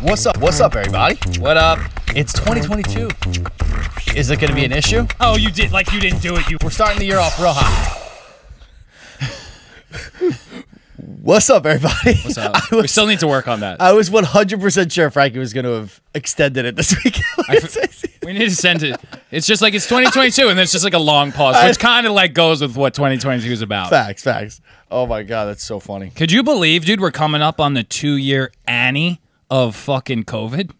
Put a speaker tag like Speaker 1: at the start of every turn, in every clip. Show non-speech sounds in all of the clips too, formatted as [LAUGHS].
Speaker 1: What's up? What's up, everybody?
Speaker 2: What up?
Speaker 1: It's 2022. Is it going to be an issue?
Speaker 2: Oh, you did like you didn't do it. You
Speaker 1: We're starting the year off real hot. What's up, everybody? What's [LAUGHS]
Speaker 2: So,
Speaker 1: I
Speaker 2: we
Speaker 1: was,
Speaker 2: still need to work
Speaker 1: [LAUGHS]
Speaker 2: on that.
Speaker 1: I was 100% sure Frankie was going to have extended it this [LAUGHS] weekend.
Speaker 2: we need to send it. It's just like it's 2022, and there's just like a long pause, which kind of like goes with what 2022 is about.
Speaker 1: facts, facts. Oh my God, that's so funny.
Speaker 2: Could you believe, dude? We're coming up on the two-year Annie of fucking COVID.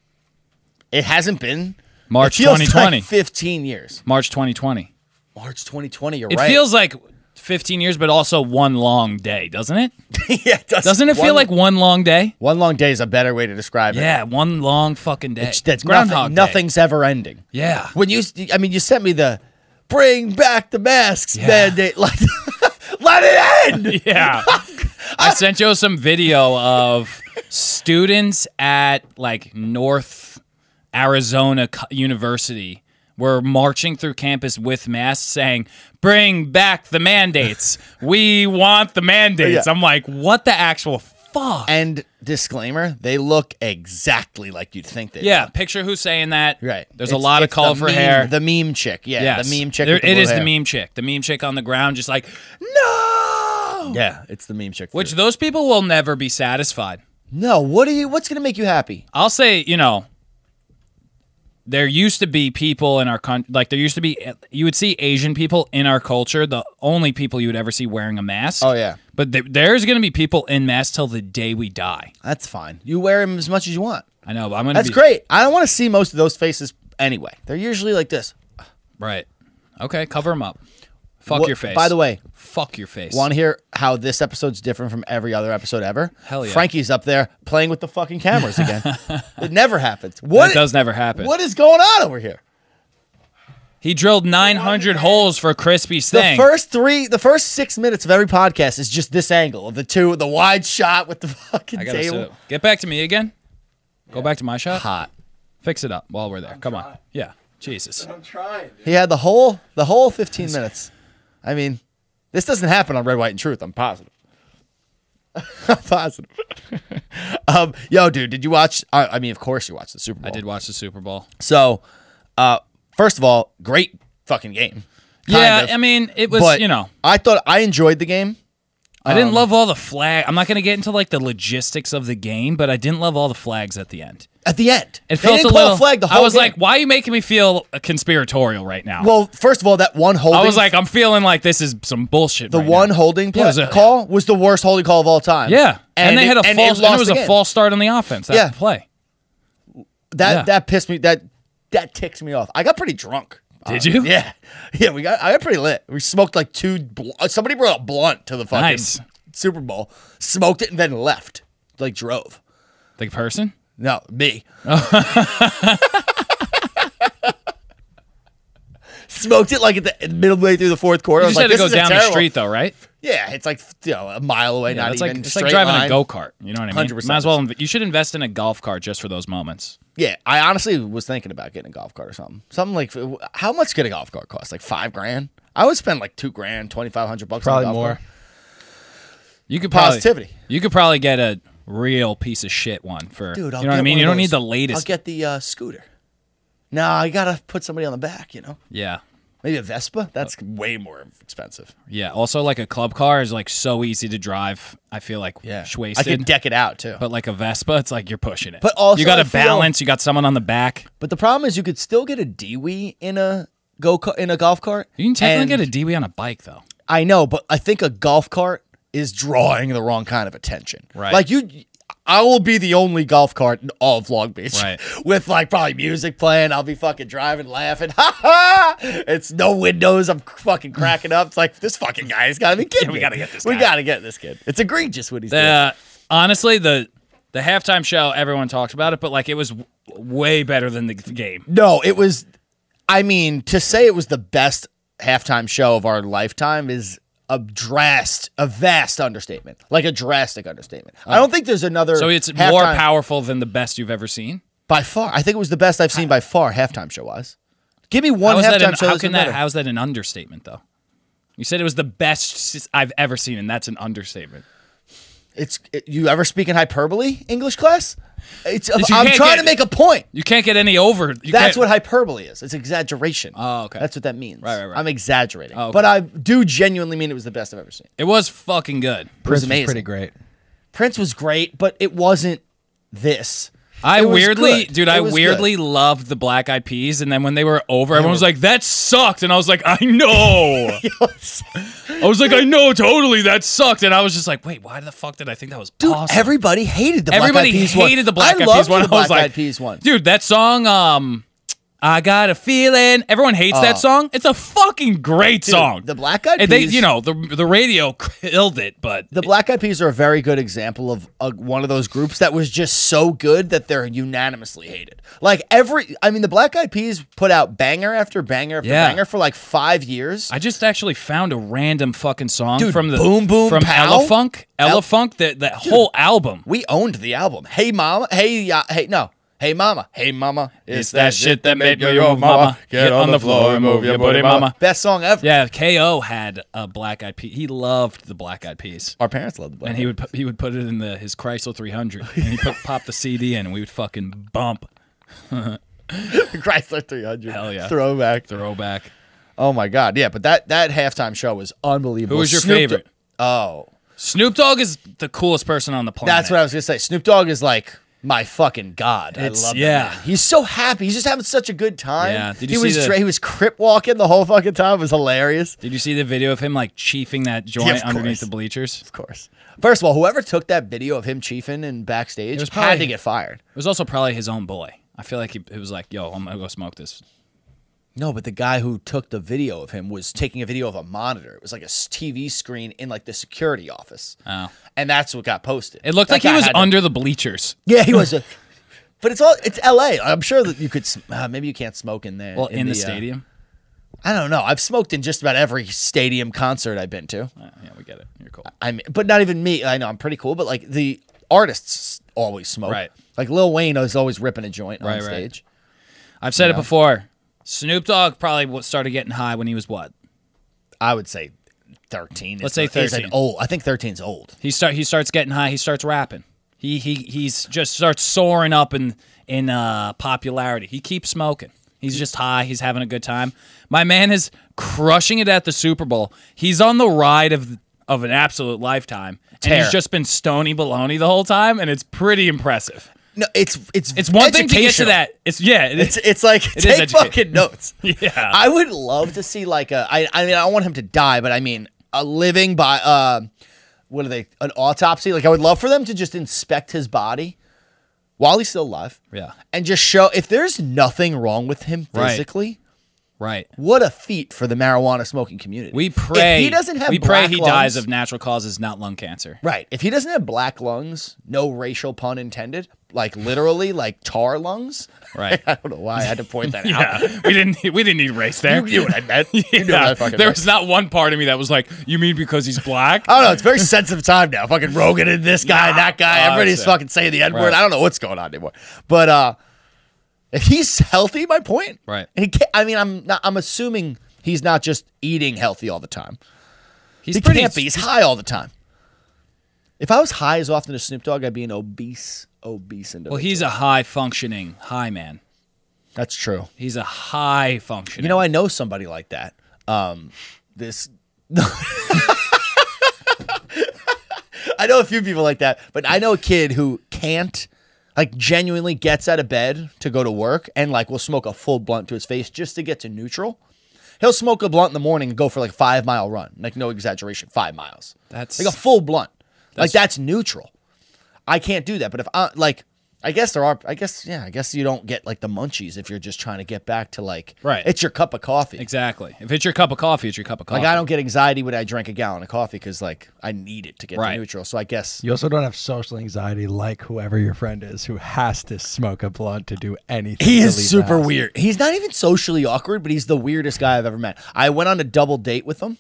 Speaker 1: It hasn't been
Speaker 2: March
Speaker 1: it feels
Speaker 2: 2020.
Speaker 1: Like 15 years.
Speaker 2: March 2020.
Speaker 1: March 2020, you're
Speaker 2: It
Speaker 1: right.
Speaker 2: feels like 15 years, but also one long day, doesn't it?
Speaker 1: [LAUGHS] yeah, it does.
Speaker 2: Doesn't it
Speaker 1: One-
Speaker 2: feel like one long day?
Speaker 1: One long day is a better way to describe it.
Speaker 2: Yeah, one long fucking day.
Speaker 1: It's- That's
Speaker 2: Groundhog
Speaker 1: nothing,
Speaker 2: Day.
Speaker 1: nothing's ever ending.
Speaker 2: Yeah.
Speaker 1: when you i mean you sent me the bring back the masks mandate like [LAUGHS] let it end
Speaker 2: Yeah. I sent you some video of students at like North Arizona Co- University were marching through campus with masks saying, Bring back the mandates. We want the mandates.
Speaker 1: Yeah.
Speaker 2: I'm like, What the actual fuck?
Speaker 1: and disclaimer they look exactly like you'd think they
Speaker 2: yeah, picture who's saying that.
Speaker 1: do. right
Speaker 2: There's a
Speaker 1: It's-
Speaker 2: lot of
Speaker 1: it's
Speaker 2: call
Speaker 1: the
Speaker 2: for
Speaker 1: meme-
Speaker 2: hair.
Speaker 1: the meme chick yeah
Speaker 2: Yes.
Speaker 1: the meme chick
Speaker 2: There-
Speaker 1: with the
Speaker 2: It
Speaker 1: blue
Speaker 2: is
Speaker 1: hair.
Speaker 2: the meme chick. The meme chick on the ground, just like,
Speaker 1: no yeah it's the meme chick
Speaker 2: which
Speaker 1: for
Speaker 2: those people will never be satisfied.
Speaker 1: sure. no what are you what's gonna make you happy
Speaker 2: I'll say, you know, there used to be people in our country, like there used to be, you would see Asian people in our culture, the only people you would ever see wearing a mask.
Speaker 1: Oh, yeah.
Speaker 2: But th- there's going to be people in masks till the day we die.
Speaker 1: that's fine you wear them as much as you want
Speaker 2: I know, but I'm going to
Speaker 1: that's great i don't want to see most of those faces anyway they're usually like this
Speaker 2: Right. Okay, cover them up. Fuck
Speaker 1: What-
Speaker 2: your face.
Speaker 1: by the way
Speaker 2: fuck your face.
Speaker 1: Want to hear how this episode's different from every other episode ever?
Speaker 2: Hell yeah.
Speaker 1: Frankie's up there playing with the fucking cameras
Speaker 2: [LAUGHS]
Speaker 1: again. it never happens.
Speaker 2: that
Speaker 1: What
Speaker 2: does never happen.
Speaker 1: What is going on over here?
Speaker 2: He drilled 900 holes for Crispy's
Speaker 1: The
Speaker 2: thing.
Speaker 1: first three, the first six minutes of every podcast is just this angle of the two, the wide shot with the [LAUGHS] fucking
Speaker 2: I gotta
Speaker 1: table.
Speaker 2: sit. Get back to me again. Go back to my shot.
Speaker 1: Hot.
Speaker 2: Fix it up while we're there. Come on. Yeah. Jesus.
Speaker 3: I'm trying. Dude.
Speaker 1: He had the whole, the whole 15 minutes. I mean, this doesn't happen on Red, White, and Truth. I'm positive. [LAUGHS] I'm
Speaker 2: [LAUGHS]
Speaker 1: positive. um, yo, dude, did you watch? I, I mean, of course you watched the Super Bowl.
Speaker 2: I did watch the Super Bowl.
Speaker 1: So, uh, first of all, great fucking game. Kind
Speaker 2: yeah,
Speaker 1: of.
Speaker 2: I mean, it was,
Speaker 1: But um,
Speaker 2: you know,
Speaker 1: I thought I enjoyed the game.
Speaker 2: I didn't love all the flag. I'm not going to get into like the logistics of the game, but I didn't love all the flags at the end.
Speaker 1: At the end,
Speaker 2: It
Speaker 1: They
Speaker 2: felt
Speaker 1: didn't
Speaker 2: a
Speaker 1: call
Speaker 2: little.
Speaker 1: flag the whole
Speaker 2: I was
Speaker 1: game.
Speaker 2: like, why are you making me feel conspiratorial right now?
Speaker 1: well, first of all, that one holding.
Speaker 2: I was like, I'm feeling like this is some bullshit.
Speaker 1: the
Speaker 2: right
Speaker 1: one
Speaker 2: now.
Speaker 1: holding play,
Speaker 2: it was a-
Speaker 1: call was the worst holding call of all time.
Speaker 2: Yeah, and, they
Speaker 1: it-
Speaker 2: had a
Speaker 1: and
Speaker 2: false. And
Speaker 1: lost
Speaker 2: it was
Speaker 1: the
Speaker 2: a
Speaker 1: game.
Speaker 2: false start on the offense. That
Speaker 1: Yeah.
Speaker 2: play.
Speaker 1: That
Speaker 2: yeah.
Speaker 1: that pissed me. That that ticks me off. I got pretty drunk. Uh,
Speaker 2: Did you?
Speaker 1: Yeah, [LAUGHS] yeah. We got I got pretty lit. We smoked like two. Bl- uh, somebody brought a blunt to the fucking
Speaker 2: Nice.
Speaker 1: Super Bowl, smoked it, and then left. Like drove.
Speaker 2: The person.
Speaker 1: No, me. Smoked it like at the middle way through the fourth quarter.
Speaker 2: You
Speaker 1: I was like,
Speaker 2: just had
Speaker 1: this
Speaker 2: to go
Speaker 1: is a
Speaker 2: down the
Speaker 1: terrible-
Speaker 2: street though, right?
Speaker 1: Yeah, it's like you know a mile away.
Speaker 2: Yeah,
Speaker 1: not
Speaker 2: it's
Speaker 1: even
Speaker 2: like it's
Speaker 1: straight
Speaker 2: like driving
Speaker 1: line.
Speaker 2: a go kart. You know what I mean?
Speaker 1: 100%.
Speaker 2: Might as well. inv- You should invest in a golf cart just for those moments.
Speaker 1: Yeah, I honestly was thinking about getting a golf cart or something. Something like how much could a golf cart cost? Like five grand. I would spend like two grand, twenty five hundred bucks.
Speaker 3: Probably
Speaker 1: on a golf
Speaker 3: more.
Speaker 1: Cart.
Speaker 2: You could probably,
Speaker 1: Positivity.
Speaker 2: You could probably get a real piece of shit one for
Speaker 1: Dude, I'll
Speaker 2: you know what I
Speaker 1: get
Speaker 2: mean.
Speaker 1: one
Speaker 2: You
Speaker 1: of
Speaker 2: don't need
Speaker 1: those.
Speaker 2: the
Speaker 1: I'll
Speaker 2: latest.
Speaker 1: get the uh, scooter. No, I gotta put somebody on the back. You know,
Speaker 2: yeah,
Speaker 1: maybe a Vespa. That's way more expensive.
Speaker 2: yeah. Also, like a club car is like so easy to drive. I feel like yeah,
Speaker 1: I could
Speaker 2: wasted.
Speaker 1: deck it out too.
Speaker 2: but like a Vespa, it's like you're pushing it.
Speaker 1: But also,
Speaker 2: you got
Speaker 1: I
Speaker 2: a
Speaker 1: feel-
Speaker 2: balance. You got someone on the back.
Speaker 1: But the problem is, you could still get a DWI in a go in a golf cart.
Speaker 2: You can technically
Speaker 1: and-
Speaker 2: get a DWI on a bike though.
Speaker 1: I know, but I think a golf cart is drawing the wrong kind of attention.
Speaker 2: Right.
Speaker 1: Like you, I will be the only golf cart in all of Long Beach.
Speaker 2: Right.
Speaker 1: [LAUGHS] With like probably music playing, I'll be fucking driving, laughing. [LAUGHS] Ha ha! It's no windows. I'm fucking cracking up. It's like this fucking guy's got to be kidding.
Speaker 2: [LAUGHS] Yeah, we
Speaker 1: me.
Speaker 2: gotta get this
Speaker 1: We
Speaker 2: guy.
Speaker 1: gotta get this kid. It's egregious what he's doing.
Speaker 2: Uh, honestly, the the halftime show, everyone talks about it, but like it was w- way better than the g- game.
Speaker 1: No, it was. I mean, to say it was the best halftime show of our lifetime is a drastic, a vast understatement. Like a drastic understatement. I don't think there's another.
Speaker 2: So it's more
Speaker 1: halftime-
Speaker 2: powerful than the best you've ever seen.
Speaker 1: by far. I think it was the best I've seen by far. Halftime show wise. Give me one
Speaker 2: How is
Speaker 1: halftime
Speaker 2: that an,
Speaker 1: show.
Speaker 2: how
Speaker 1: that's
Speaker 2: can
Speaker 1: been
Speaker 2: that?
Speaker 1: better.
Speaker 2: How's that an understatement, though? You said it was the best s- I've ever seen, and that's an understatement.
Speaker 1: It's it, you ever speak in hyperbole English class? It's
Speaker 2: You
Speaker 1: I'm
Speaker 2: can't
Speaker 1: trying
Speaker 2: get-
Speaker 1: to make a point.
Speaker 2: You can't get any over. You
Speaker 1: That's
Speaker 2: can't-
Speaker 1: what hyperbole is. It's exaggeration.
Speaker 2: Oh, okay.
Speaker 1: That's what that means.
Speaker 2: Right, right, right. Oh,
Speaker 1: I'm exaggerating,
Speaker 2: okay.
Speaker 1: but I do genuinely mean it was the best I've ever seen.
Speaker 2: It was fucking
Speaker 1: It
Speaker 2: good.
Speaker 1: was
Speaker 3: Prince
Speaker 1: amazing.
Speaker 3: was pretty great.
Speaker 1: Prince was great, but it wasn't this.
Speaker 2: I
Speaker 1: It was
Speaker 2: weirdly,
Speaker 1: good. [LAUGHS]
Speaker 2: dude,
Speaker 1: It
Speaker 2: I
Speaker 1: was
Speaker 2: weirdly loved the Black Eyed Peas, and then when they were over, everyone was like, "That sucked," and I was like, "I
Speaker 1: [LAUGHS]
Speaker 2: know." [LAUGHS]
Speaker 1: good.
Speaker 2: I was like, "I know, totally, that sucked," and I was just like, "Wait, why the fuck did I think that was
Speaker 1: Dude,
Speaker 2: awesome?"
Speaker 1: everybody hated the
Speaker 2: Everybody
Speaker 1: Black Eyed Peas one.
Speaker 2: hated the Black
Speaker 1: I
Speaker 2: Eyed
Speaker 1: loved
Speaker 2: Peas one.
Speaker 1: The
Speaker 2: I was
Speaker 1: Black
Speaker 2: like,
Speaker 1: Eyed Peas one.
Speaker 2: dude, that song, um, I got a feeling. Everyone hates that song. It's a fucking great
Speaker 1: Uh,
Speaker 2: song.
Speaker 1: the Black Eyed
Speaker 2: and they,
Speaker 1: Peas-
Speaker 2: you know, the the radio killed it, but
Speaker 1: The Black Eyed Peas are a very good example of uh one of those groups that was just so good that they're unanimously hated. Like every, I mean, the Black Eyed Peas put out banger after banger after
Speaker 2: Yeah.
Speaker 1: banger for like five years.
Speaker 2: I just actually found a random fucking song
Speaker 1: Dude,
Speaker 2: from the
Speaker 1: Boom Boom
Speaker 2: from
Speaker 1: Pow?
Speaker 2: Elefunk,
Speaker 1: El-
Speaker 2: Elefunk, that that whole album.
Speaker 1: we owned the album. Hey mama, hey ya, hey no, hey mama, hey mama.
Speaker 2: It's that shit that made me move, mama. Get on the floor and move your booty, mama.
Speaker 1: Best song ever.
Speaker 2: Yeah, Ko had a Black Eyed Peas. He loved the Black Eyed Peas,
Speaker 1: Our parents loved the Black.
Speaker 2: and he would put, he would put it in the his Chrysler 300, and he put, pop the CD in, and we would fucking bump
Speaker 1: Eyed- [LAUGHS] Chrysler 300.
Speaker 2: Hell yeah.
Speaker 1: Throwback.
Speaker 2: throwback.
Speaker 1: Oh my god, yeah, but that that halftime show was unbelievable.
Speaker 2: Who was your
Speaker 1: Snoop Do-
Speaker 2: favorite?
Speaker 1: oh,
Speaker 2: Snoop Dogg is the coolest person on the planet.
Speaker 1: that's what I was gonna say. Snoop Dogg is like my fucking god.
Speaker 2: It's-
Speaker 1: I love
Speaker 2: yeah.
Speaker 1: that man. He's so happy. He's just having such a good time.
Speaker 2: Yeah, did
Speaker 1: he
Speaker 2: you see
Speaker 1: was
Speaker 2: the-
Speaker 1: dra- he was crip walking the whole fucking time. It was hilarious.
Speaker 2: Did you see the video of him like chiefing that joint
Speaker 1: of
Speaker 2: underneath
Speaker 1: course.
Speaker 2: the bleachers?
Speaker 1: Of course. First of all, whoever took that video of him chiefing and backstage
Speaker 2: was
Speaker 1: had
Speaker 2: probably-
Speaker 1: to get fired.
Speaker 2: It was also probably his own boy. I feel like he, he was like, "Yo, I'm gonna go smoke this."
Speaker 1: No, but the guy who took the video of him was taking a video of a monitor. It was like a s- TV screen in like the security office.
Speaker 2: Oh.
Speaker 1: And that's what got posted.
Speaker 2: It looked
Speaker 1: That
Speaker 2: like he
Speaker 1: guy
Speaker 2: was
Speaker 1: had to-
Speaker 2: under the bleachers.
Speaker 1: [LAUGHS] Yeah, he was. A, [LAUGHS] but it's all it's L.A. I'm sure that you could. sm- Uh, maybe you can't smoke in there.
Speaker 2: Well, in, the,
Speaker 1: uh,
Speaker 2: stadium.
Speaker 1: I don't know. I've smoked in just about every stadium concert I've been to.
Speaker 2: Uh, yeah, we get it. You're cool.
Speaker 1: I mean, but not even me. I know I'm pretty cool, but like the artists always smoke.
Speaker 2: Right.
Speaker 1: Like Lil Wayne is always ripping a joint
Speaker 2: Right,
Speaker 1: on
Speaker 2: right.
Speaker 1: stage.
Speaker 2: I've said it before. Snoop Dogg probably w- started getting high when he was what?
Speaker 1: I would say 13.
Speaker 2: Let's
Speaker 1: is,
Speaker 2: say
Speaker 1: Is an
Speaker 2: 13.
Speaker 1: old. I think 13's old.
Speaker 2: He start he starts getting high. He starts rapping. He he he's just starts soaring up in in uh, popularity. He keeps smoking. He's just high. He's having a good time. My man is crushing it at the Super Bowl. He's on the ride of of an absolute lifetime, and
Speaker 1: Tear.
Speaker 2: he's just been stony baloney the whole time, and it's pretty impressive.
Speaker 1: No, it's it's
Speaker 2: It's one thing to get to
Speaker 1: educational.
Speaker 2: that. It's yeah. it-
Speaker 1: It's it's like
Speaker 2: is
Speaker 1: take
Speaker 2: educational.
Speaker 1: fucking notes.
Speaker 2: [LAUGHS] Yeah.
Speaker 1: I would love to see like a. I I mean I don't want him to die, but I mean a living by uh, what are they? An autopsy. Like I would love for them to just inspect his body while he's still alive.
Speaker 2: Yeah.
Speaker 1: and just show if there's nothing wrong with him
Speaker 2: Right.
Speaker 1: physically.
Speaker 2: right.
Speaker 1: What a feat for the marijuana smoking community.
Speaker 2: We pray
Speaker 1: if he doesn't have
Speaker 2: We pray
Speaker 1: black
Speaker 2: he dies
Speaker 1: lungs-
Speaker 2: of natural causes, not lung cancer.
Speaker 1: Right. If he doesn't have black lungs, no racial pun intended, like literally like tar lungs. [LAUGHS]
Speaker 2: Right.
Speaker 1: I don't know why I had to point [LAUGHS]
Speaker 2: [LAUGHS]
Speaker 1: that out.
Speaker 2: Yeah, we didn't. We didn't need race there.
Speaker 1: You knew what I
Speaker 2: [LAUGHS]
Speaker 1: meant. You knew what I
Speaker 2: Yeah,
Speaker 1: fucking
Speaker 2: there
Speaker 1: meant.
Speaker 2: was not one part of me that was like, "You mean because he's black?"
Speaker 1: I don't know. It's a very sensitive time now. Fucking Rogan and this guy, and that guy.
Speaker 2: Nah,
Speaker 1: Everybody's
Speaker 2: honestly.
Speaker 1: fucking saying the N word.
Speaker 2: Right.
Speaker 1: I don't know what's going on anymore. But uh, if he's healthy, my point.
Speaker 2: Right.
Speaker 1: And he can't, I mean, I'm not, I'm assuming he's not just eating healthy all the time.
Speaker 2: He's
Speaker 1: [LAUGHS] He can't be. He's high all the time. If I was high as often as Snoop Dogg, I'd be an obese, obese individual.
Speaker 2: Well, he's a high functioning high man.
Speaker 1: that's true.
Speaker 2: He's a high functioning.
Speaker 1: You know, I know somebody like that. Um, this. [LAUGHS] I know a few people like that, but I know a kid who can't, like, genuinely gets out of bed to go to work and, like, will smoke a full blunt to his face just to get to neutral. He'll smoke a blunt in the morning and go for like a five mile run. Like, no exaggeration, five miles.
Speaker 2: That's-
Speaker 1: like a full blunt. like, that's neutral. I can't do that. But if I, like, I guess there are, I guess, yeah, I guess you don't get like the munchies if you're just trying to get back to like,
Speaker 2: Right.
Speaker 1: it's your cup of coffee.
Speaker 2: exactly. If it's your cup of coffee, it's your cup of coffee.
Speaker 1: Like I don't get anxiety when I drink a gallon of coffee because like I need it to get
Speaker 2: Right.
Speaker 1: to neutral. So I guess
Speaker 3: You also don't have social anxiety like whoever your friend is who has to smoke a blunt to do anything.
Speaker 1: he
Speaker 3: to
Speaker 1: is
Speaker 3: leave the
Speaker 1: super
Speaker 3: house.
Speaker 1: weird. He's not even socially awkward, but he's the weirdest guy I've ever met. I went on a double date with him,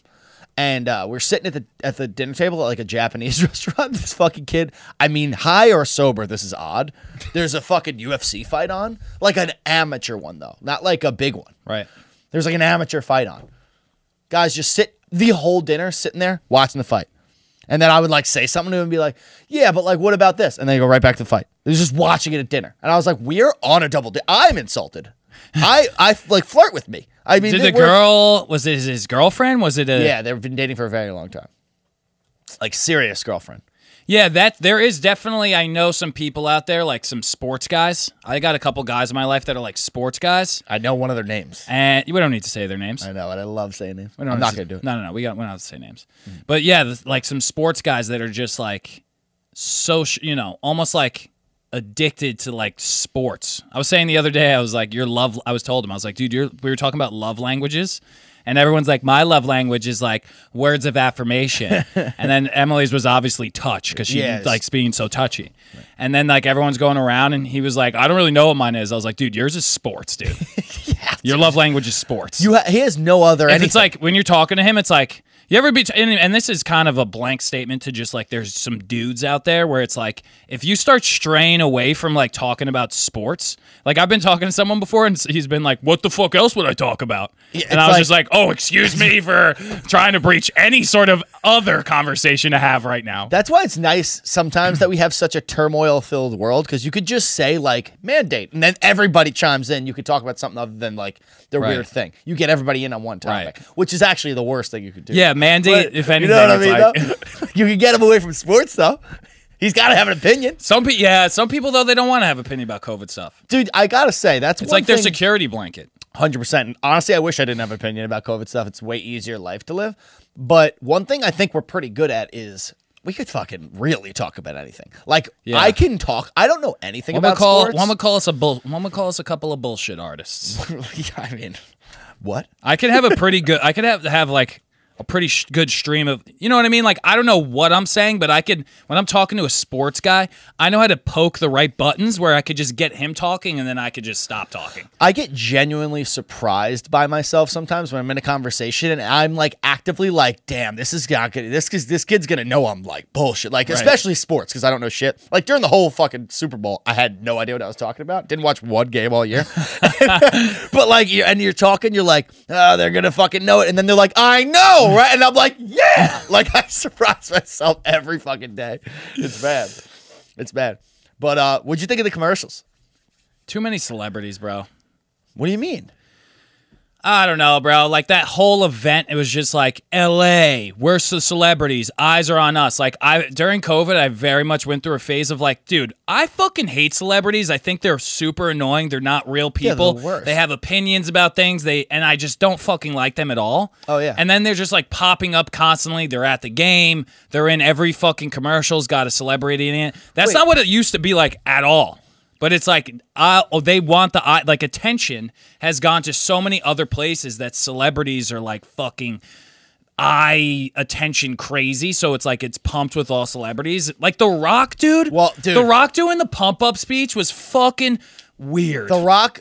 Speaker 1: and uh, we're sitting at the at the dinner table at like a Japanese [LAUGHS] restaurant. This fucking kid, I mean, high or sober, this is odd. There's a fucking UFC fight on, like an amateur one though, not like a big one.
Speaker 2: Right.
Speaker 1: There's like an amateur fight on. Guys just sit the whole dinner sitting there watching the fight. And then I would like say something to him and be like, yeah, but like, what about this? And they go right back to the fight. They're just watching it at dinner. And I was like, we're on a double date. I'm insulted. [LAUGHS] I, I like flirt with me. I mean,
Speaker 2: Did
Speaker 1: they
Speaker 2: the
Speaker 1: were-
Speaker 2: girl was it his girlfriend? Was it a
Speaker 1: Yeah, they've been dating for a very long time. Like, serious girlfriend.
Speaker 2: Yeah, that there is definitely I know some people out there like some sports guys. I got a couple guys in my life that are like sports guys,
Speaker 1: I know one of their names.
Speaker 2: and we don't need to say their names.
Speaker 1: I know, and I love saying names.
Speaker 2: We don't
Speaker 1: I'm
Speaker 2: have
Speaker 1: not
Speaker 2: to-
Speaker 1: going to do it. Mm-hmm.
Speaker 2: No, no, no. We got we're not to say names, but yeah, th- like some sports guys that are just like social, you know, almost like addicted to like sports. I was saying the other day, I was like, your love. I was told him, I was like, dude, you're. We were talking about love languages. And everyone's like, my love language is like words
Speaker 1: [LAUGHS]
Speaker 2: of affirmation. and then Emily's was obviously touch because she
Speaker 1: Yes.
Speaker 2: likes being so touchy. And then like everyone's going around and he was like, I don't really know what mine is. I was like, dude, yours is sports, dude. Your love language is
Speaker 1: [LAUGHS]
Speaker 2: sports
Speaker 1: You ha- he has no other.
Speaker 2: if it's like when you're talking to him, it's like you ever be, and, and this is kind of a blank statement to just like there's some dudes out there where it's like if you start straying away from like talking about sports, like I've been talking to someone before and s- he's been like, "What the fuck else would I talk about?"
Speaker 1: it's
Speaker 2: and I was
Speaker 1: like-
Speaker 2: just like, "Oh, excuse me for trying to breach any sort of other conversation to have right now."
Speaker 1: That's why it's nice sometimes that we have such a turmoil filled world because you could just say, like, mandate, and then everybody chimes in. You could talk about something other than like the
Speaker 2: Right.
Speaker 1: weird thing. You get everybody in on one topic,
Speaker 2: Right.
Speaker 1: which is actually the worst thing you could do.
Speaker 2: yeah, mandate.
Speaker 1: But
Speaker 2: if anything,
Speaker 1: you know what I
Speaker 2: it's
Speaker 1: mean?
Speaker 2: like-
Speaker 1: though? [LAUGHS] you can get him away from sports, though. He's got to have an opinion.
Speaker 2: [LAUGHS] some people, yeah, some people though they don't want to have opinion about COVID stuff.
Speaker 1: Dude, I got to say, that's
Speaker 2: It's like their security blanket.
Speaker 1: 100%. And honestly, I wish I didn't have an opinion about COVID stuff. It's way easier life to live. But one thing I think we're pretty good at is we could fucking really talk about anything. Like,
Speaker 2: Yeah.
Speaker 1: I can talk. I don't know anything
Speaker 2: One would
Speaker 1: about
Speaker 2: call
Speaker 1: sports.
Speaker 2: one would call us a bull, one would call us a couple of bullshit artists.
Speaker 1: [LAUGHS] Yeah, I mean, what?
Speaker 2: I could have a pretty good. I could have have like a pretty sh- good stream of. You know what I mean? Like I don't know what I'm saying, but I could when I'm talking to a sports guy, I know how to poke the right buttons where I could just get him talking, and then I could just stop talking.
Speaker 1: I get genuinely surprised by myself sometimes when I'm in a conversation and I'm like actively like, damn, this is not gonna this cause this kid's gonna know I'm like bullshit. Like especially sports, because I don't know shit. Like during the whole fucking Super Bowl, I had no idea what I was talking about. Didn't watch one game all year. [LAUGHS] but like you and you're talking, you're like, oh, they're gonna fucking know it. And then they're like, I know, right? And I'm like, yeah. [LAUGHS] Like I surprise [LAUGHS] myself every fucking day. It's bad. It's bad. But uh what'd you think of the commercials?
Speaker 2: Too many celebrities, bro.
Speaker 1: What do you mean?
Speaker 2: I don't know, bro. Like that whole event, it was just like L.A. We're the celebrities. Eyes are on us. Like I during COVID, I very much went through a phase of like, dude, I fucking hate celebrities. I think they're super annoying. They're not real
Speaker 1: they're the
Speaker 2: people.
Speaker 1: worst.
Speaker 2: They have opinions about things. They and I just don't fucking like them at all.
Speaker 1: Oh, yeah.
Speaker 2: And then they're just like popping up constantly. They're at the game. They're in every fucking commercial's got a celebrity in it. That's
Speaker 1: Wait.
Speaker 2: not what it used to be like at all. But it's like, uh, oh, they want the eye. Like attention has gone to so many other places that celebrities are like fucking eye attention crazy. So it's like it's pumped with all celebrities. Like The Rock, dude.
Speaker 1: Well, dude-
Speaker 2: The Rock doing the pump up speech was fucking weird.
Speaker 1: The Rock.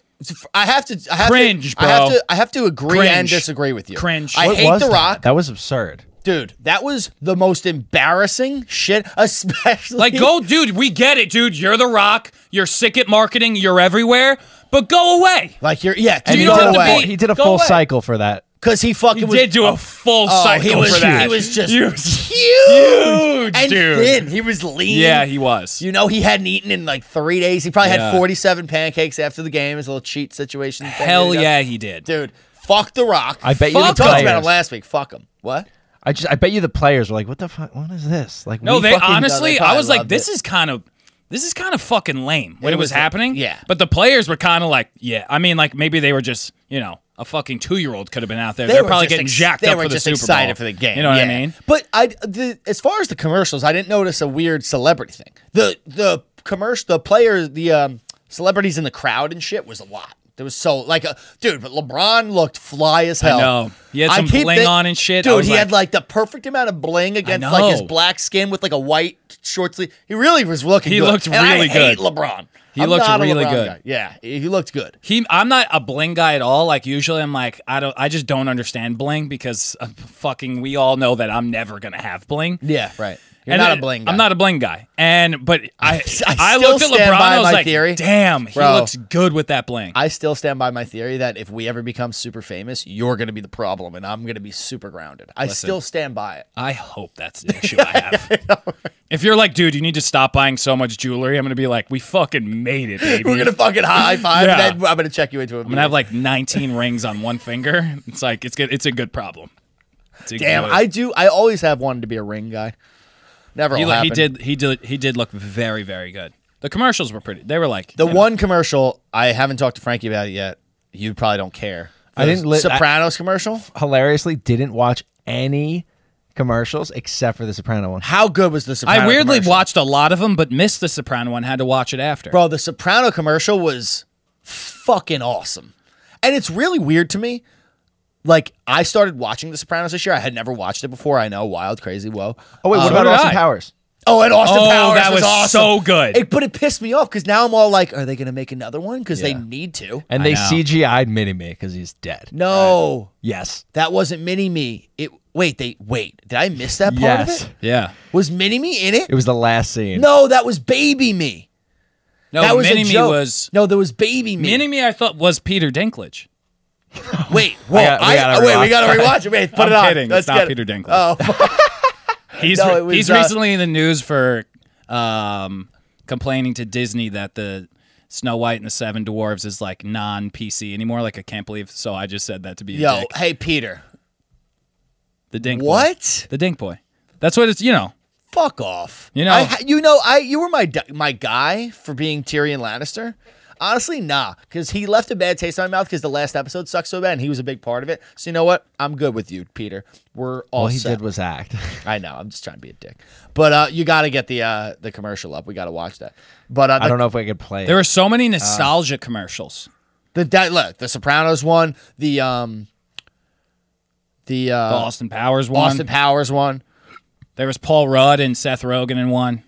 Speaker 1: I have to. I have
Speaker 2: Cringe,
Speaker 1: to, I have
Speaker 2: bro.
Speaker 1: to. I have to agree and
Speaker 2: Cringe.
Speaker 1: disagree with you.
Speaker 2: Cringe.
Speaker 1: I
Speaker 2: What
Speaker 1: hate The
Speaker 3: that?
Speaker 1: Rock,
Speaker 3: That was absurd.
Speaker 1: dude. That was the most embarrassing shit. [LAUGHS] Especially
Speaker 2: Like, go, dude. We get it, dude. You're the Rock. You're sick at marketing. You're everywhere. But go away.
Speaker 1: Like you're yeah.
Speaker 2: And
Speaker 1: you
Speaker 2: he
Speaker 1: don't
Speaker 2: did
Speaker 1: have to
Speaker 2: the away.
Speaker 3: full,
Speaker 2: beat.
Speaker 1: be
Speaker 3: he did a
Speaker 2: Go
Speaker 3: full
Speaker 2: away.
Speaker 3: cycle for that.
Speaker 1: because he fucking
Speaker 2: He
Speaker 1: was,
Speaker 2: did do a full
Speaker 1: Oh,
Speaker 2: cycle
Speaker 1: he was
Speaker 2: for that.
Speaker 1: he was
Speaker 2: [LAUGHS]
Speaker 1: just
Speaker 2: You-
Speaker 1: huge,
Speaker 2: Huge,
Speaker 1: and
Speaker 2: dude.
Speaker 1: thin. He was lean.
Speaker 2: yeah, he was.
Speaker 1: You know he hadn't eaten in like three days. He probably
Speaker 2: Yeah.
Speaker 1: had forty-seven pancakes after the game. His little cheat situation. thing
Speaker 2: Hell
Speaker 1: that he
Speaker 2: yeah,
Speaker 1: does.
Speaker 2: he did.
Speaker 1: dude. Fuck The Rock.
Speaker 3: I bet you
Speaker 1: we
Speaker 3: the
Speaker 1: talked about him
Speaker 3: players-
Speaker 1: last week. Fuck him. What?
Speaker 3: I just I bet you the players were like, "What the fuck? What is this?" Like,
Speaker 2: No,
Speaker 3: we
Speaker 2: they
Speaker 3: fucking-
Speaker 2: honestly,
Speaker 1: they
Speaker 2: I was
Speaker 1: probably
Speaker 2: like,
Speaker 1: loved
Speaker 2: this
Speaker 1: it.
Speaker 2: is kind of. This is kind of fucking lame when
Speaker 1: It
Speaker 2: it, was,
Speaker 1: was-
Speaker 2: happening.
Speaker 1: yeah.
Speaker 2: But the players were kind of like, yeah. I mean, like maybe they were just, you know, a fucking two year old could have been out there.
Speaker 1: They
Speaker 2: They're
Speaker 1: were
Speaker 2: probably
Speaker 1: just
Speaker 2: getting
Speaker 1: ex-
Speaker 2: jacked
Speaker 1: they
Speaker 2: up
Speaker 1: were
Speaker 2: for the
Speaker 1: just
Speaker 2: Super
Speaker 1: excited
Speaker 2: Bowl.
Speaker 1: for the game.
Speaker 2: You know what I
Speaker 1: yeah.
Speaker 2: mean?
Speaker 1: But I, the, as far as the commercials, I didn't notice a weird celebrity thing. The the commercial, the players, the um, celebrities in the crowd and shit was a lot. There was so like a dude, but LeBron looked fly as hell.
Speaker 2: know. He had
Speaker 1: I
Speaker 2: some
Speaker 1: keep
Speaker 2: bling
Speaker 1: thi-
Speaker 2: on and shit. I
Speaker 1: Dude,
Speaker 2: was
Speaker 1: he
Speaker 2: like-
Speaker 1: had like the perfect amount of bling against like his
Speaker 2: know.
Speaker 1: black skin with like a white short sleeve. He really was looking.
Speaker 2: He
Speaker 1: good.
Speaker 2: looked
Speaker 1: And I
Speaker 2: really
Speaker 1: hate
Speaker 2: good.
Speaker 1: LeBron.
Speaker 2: He
Speaker 1: I'm
Speaker 2: looked
Speaker 1: not a
Speaker 2: really
Speaker 1: LeBron
Speaker 2: good.
Speaker 1: guy. Yeah, he looked good.
Speaker 2: He, I'm not a bling guy at all. Like usually, I'm like, I don't, I just don't understand bling because uh, fucking, we all know that I'm never gonna have bling.
Speaker 1: Yeah, right. You're not
Speaker 2: I-
Speaker 1: a bling guy.
Speaker 2: I'm not a bling guy.
Speaker 1: [LAUGHS]
Speaker 2: And but I
Speaker 1: I
Speaker 2: I,
Speaker 1: still
Speaker 2: looked at LeBron.
Speaker 1: stand by
Speaker 2: I was
Speaker 1: my
Speaker 2: like,
Speaker 1: theory.
Speaker 2: damn, he
Speaker 1: Bro.
Speaker 2: looks good with that bling.
Speaker 1: I still stand by my theory that if we ever become super famous, you're going to be the problem and I'm going to be super grounded. I still stand by it.
Speaker 2: I hope that's
Speaker 1: [LAUGHS]
Speaker 2: the issue I have. if you're like, dude, you need to stop buying so much jewelry, I'm gonna be like, we fucking made it, baby.
Speaker 1: [LAUGHS] We're going to fucking high five.
Speaker 2: Yeah.
Speaker 1: Then I'm going to check you into a
Speaker 2: I'm gonna have like 19 rings on one finger. It's like it's good. It's a good problem. It's a
Speaker 1: Damn,
Speaker 2: good-
Speaker 1: I do. I always have wanted to be a ring guy. Never
Speaker 2: he,
Speaker 1: will
Speaker 2: lo- he
Speaker 1: happen.
Speaker 2: did he did he did look very very good. The commercials were pretty. They were like
Speaker 1: The
Speaker 2: you know,
Speaker 1: one commercial I haven't talked to Frankie about it yet. You probably don't care.
Speaker 3: I didn't
Speaker 1: The
Speaker 3: li- I-
Speaker 1: Sopranos commercial.
Speaker 3: Hilariously, didn't watch any commercials except for the Soprano one.
Speaker 1: How good was the Soprano?
Speaker 2: I weirdly
Speaker 1: commercial?
Speaker 2: watched a lot of them, but missed the Soprano one. Had to watch it after.
Speaker 1: Bro, the Soprano commercial was fucking awesome. And it's really weird to me. Like, I started watching The Sopranos this year. I had never watched it before. I know, wild, crazy, whoa.
Speaker 3: Oh wait, what
Speaker 1: Um,
Speaker 3: about
Speaker 2: did
Speaker 3: Austin
Speaker 2: I.
Speaker 3: Powers?
Speaker 1: Oh, and Austin
Speaker 2: Oh,
Speaker 1: Powers
Speaker 2: that
Speaker 1: was,
Speaker 2: was
Speaker 1: awesome.
Speaker 2: so good.
Speaker 1: It, but it pissed me off because now I'm all like, are they going to make another one? Because they need to.
Speaker 3: And
Speaker 2: I
Speaker 3: they
Speaker 2: know.
Speaker 3: CGI'd Mini Me because he's dead.
Speaker 1: No,
Speaker 3: Yes.
Speaker 1: that wasn't Mini Me. It wait, they wait. Did I miss that part
Speaker 3: Yes.
Speaker 1: of it?
Speaker 2: yeah.
Speaker 1: Was Mini Me in it?
Speaker 3: It was the last scene.
Speaker 1: No, that was Baby Me.
Speaker 2: No,
Speaker 1: that was
Speaker 2: Oh, Mini
Speaker 1: a
Speaker 2: Me
Speaker 1: joke.
Speaker 2: was
Speaker 1: no, there was Baby Me.
Speaker 2: Mini Me. I thought was Peter Dinklage.
Speaker 1: Wait, whoa,
Speaker 3: got- we
Speaker 1: I, oh,
Speaker 3: gotta
Speaker 1: wait, we
Speaker 3: rewatch
Speaker 1: gotta rewatch it. Wait, put
Speaker 2: I'm
Speaker 1: it on.
Speaker 2: kidding.
Speaker 1: Let's
Speaker 2: It's not
Speaker 1: get it.
Speaker 2: Peter Dinklage.
Speaker 1: Oh,
Speaker 2: He's
Speaker 1: No,
Speaker 2: re-
Speaker 1: it was,
Speaker 2: he's
Speaker 1: uh,
Speaker 2: recently in the news for um, complaining to Disney that the Snow White and the Seven Dwarves is like non PC anymore. Like I can't believe. So I just said that to be a
Speaker 1: yo,
Speaker 2: dick.
Speaker 1: hey Peter,
Speaker 2: The Dink. boy.
Speaker 1: what?
Speaker 2: The Dink Boy. That's what it's. You know.
Speaker 1: Fuck off.
Speaker 2: You know-
Speaker 1: I, ha- you know, I you were my di- my guy for being Tyrion Lannister. Honestly, nah, because he left a bad taste in my mouth because the last episode sucked so bad, and he was a big part of it. So you know what? I'm good with you, Peter. We're all
Speaker 3: All he
Speaker 1: set.
Speaker 3: did was act. [LAUGHS]
Speaker 1: I know. I'm just trying to be a dick, but uh, you got to get the uh, the commercial up. We got to watch that. But uh,
Speaker 3: I
Speaker 1: the,
Speaker 3: don't know if I could play.
Speaker 2: There were so
Speaker 1: Uh,
Speaker 2: many nostalgia commercials.
Speaker 1: the that look the Sopranos one, the um, the
Speaker 2: The
Speaker 1: uh,
Speaker 2: Austin Powers one.
Speaker 1: Austin Powers one.
Speaker 2: there was Paul Rudd and Seth Rogen in one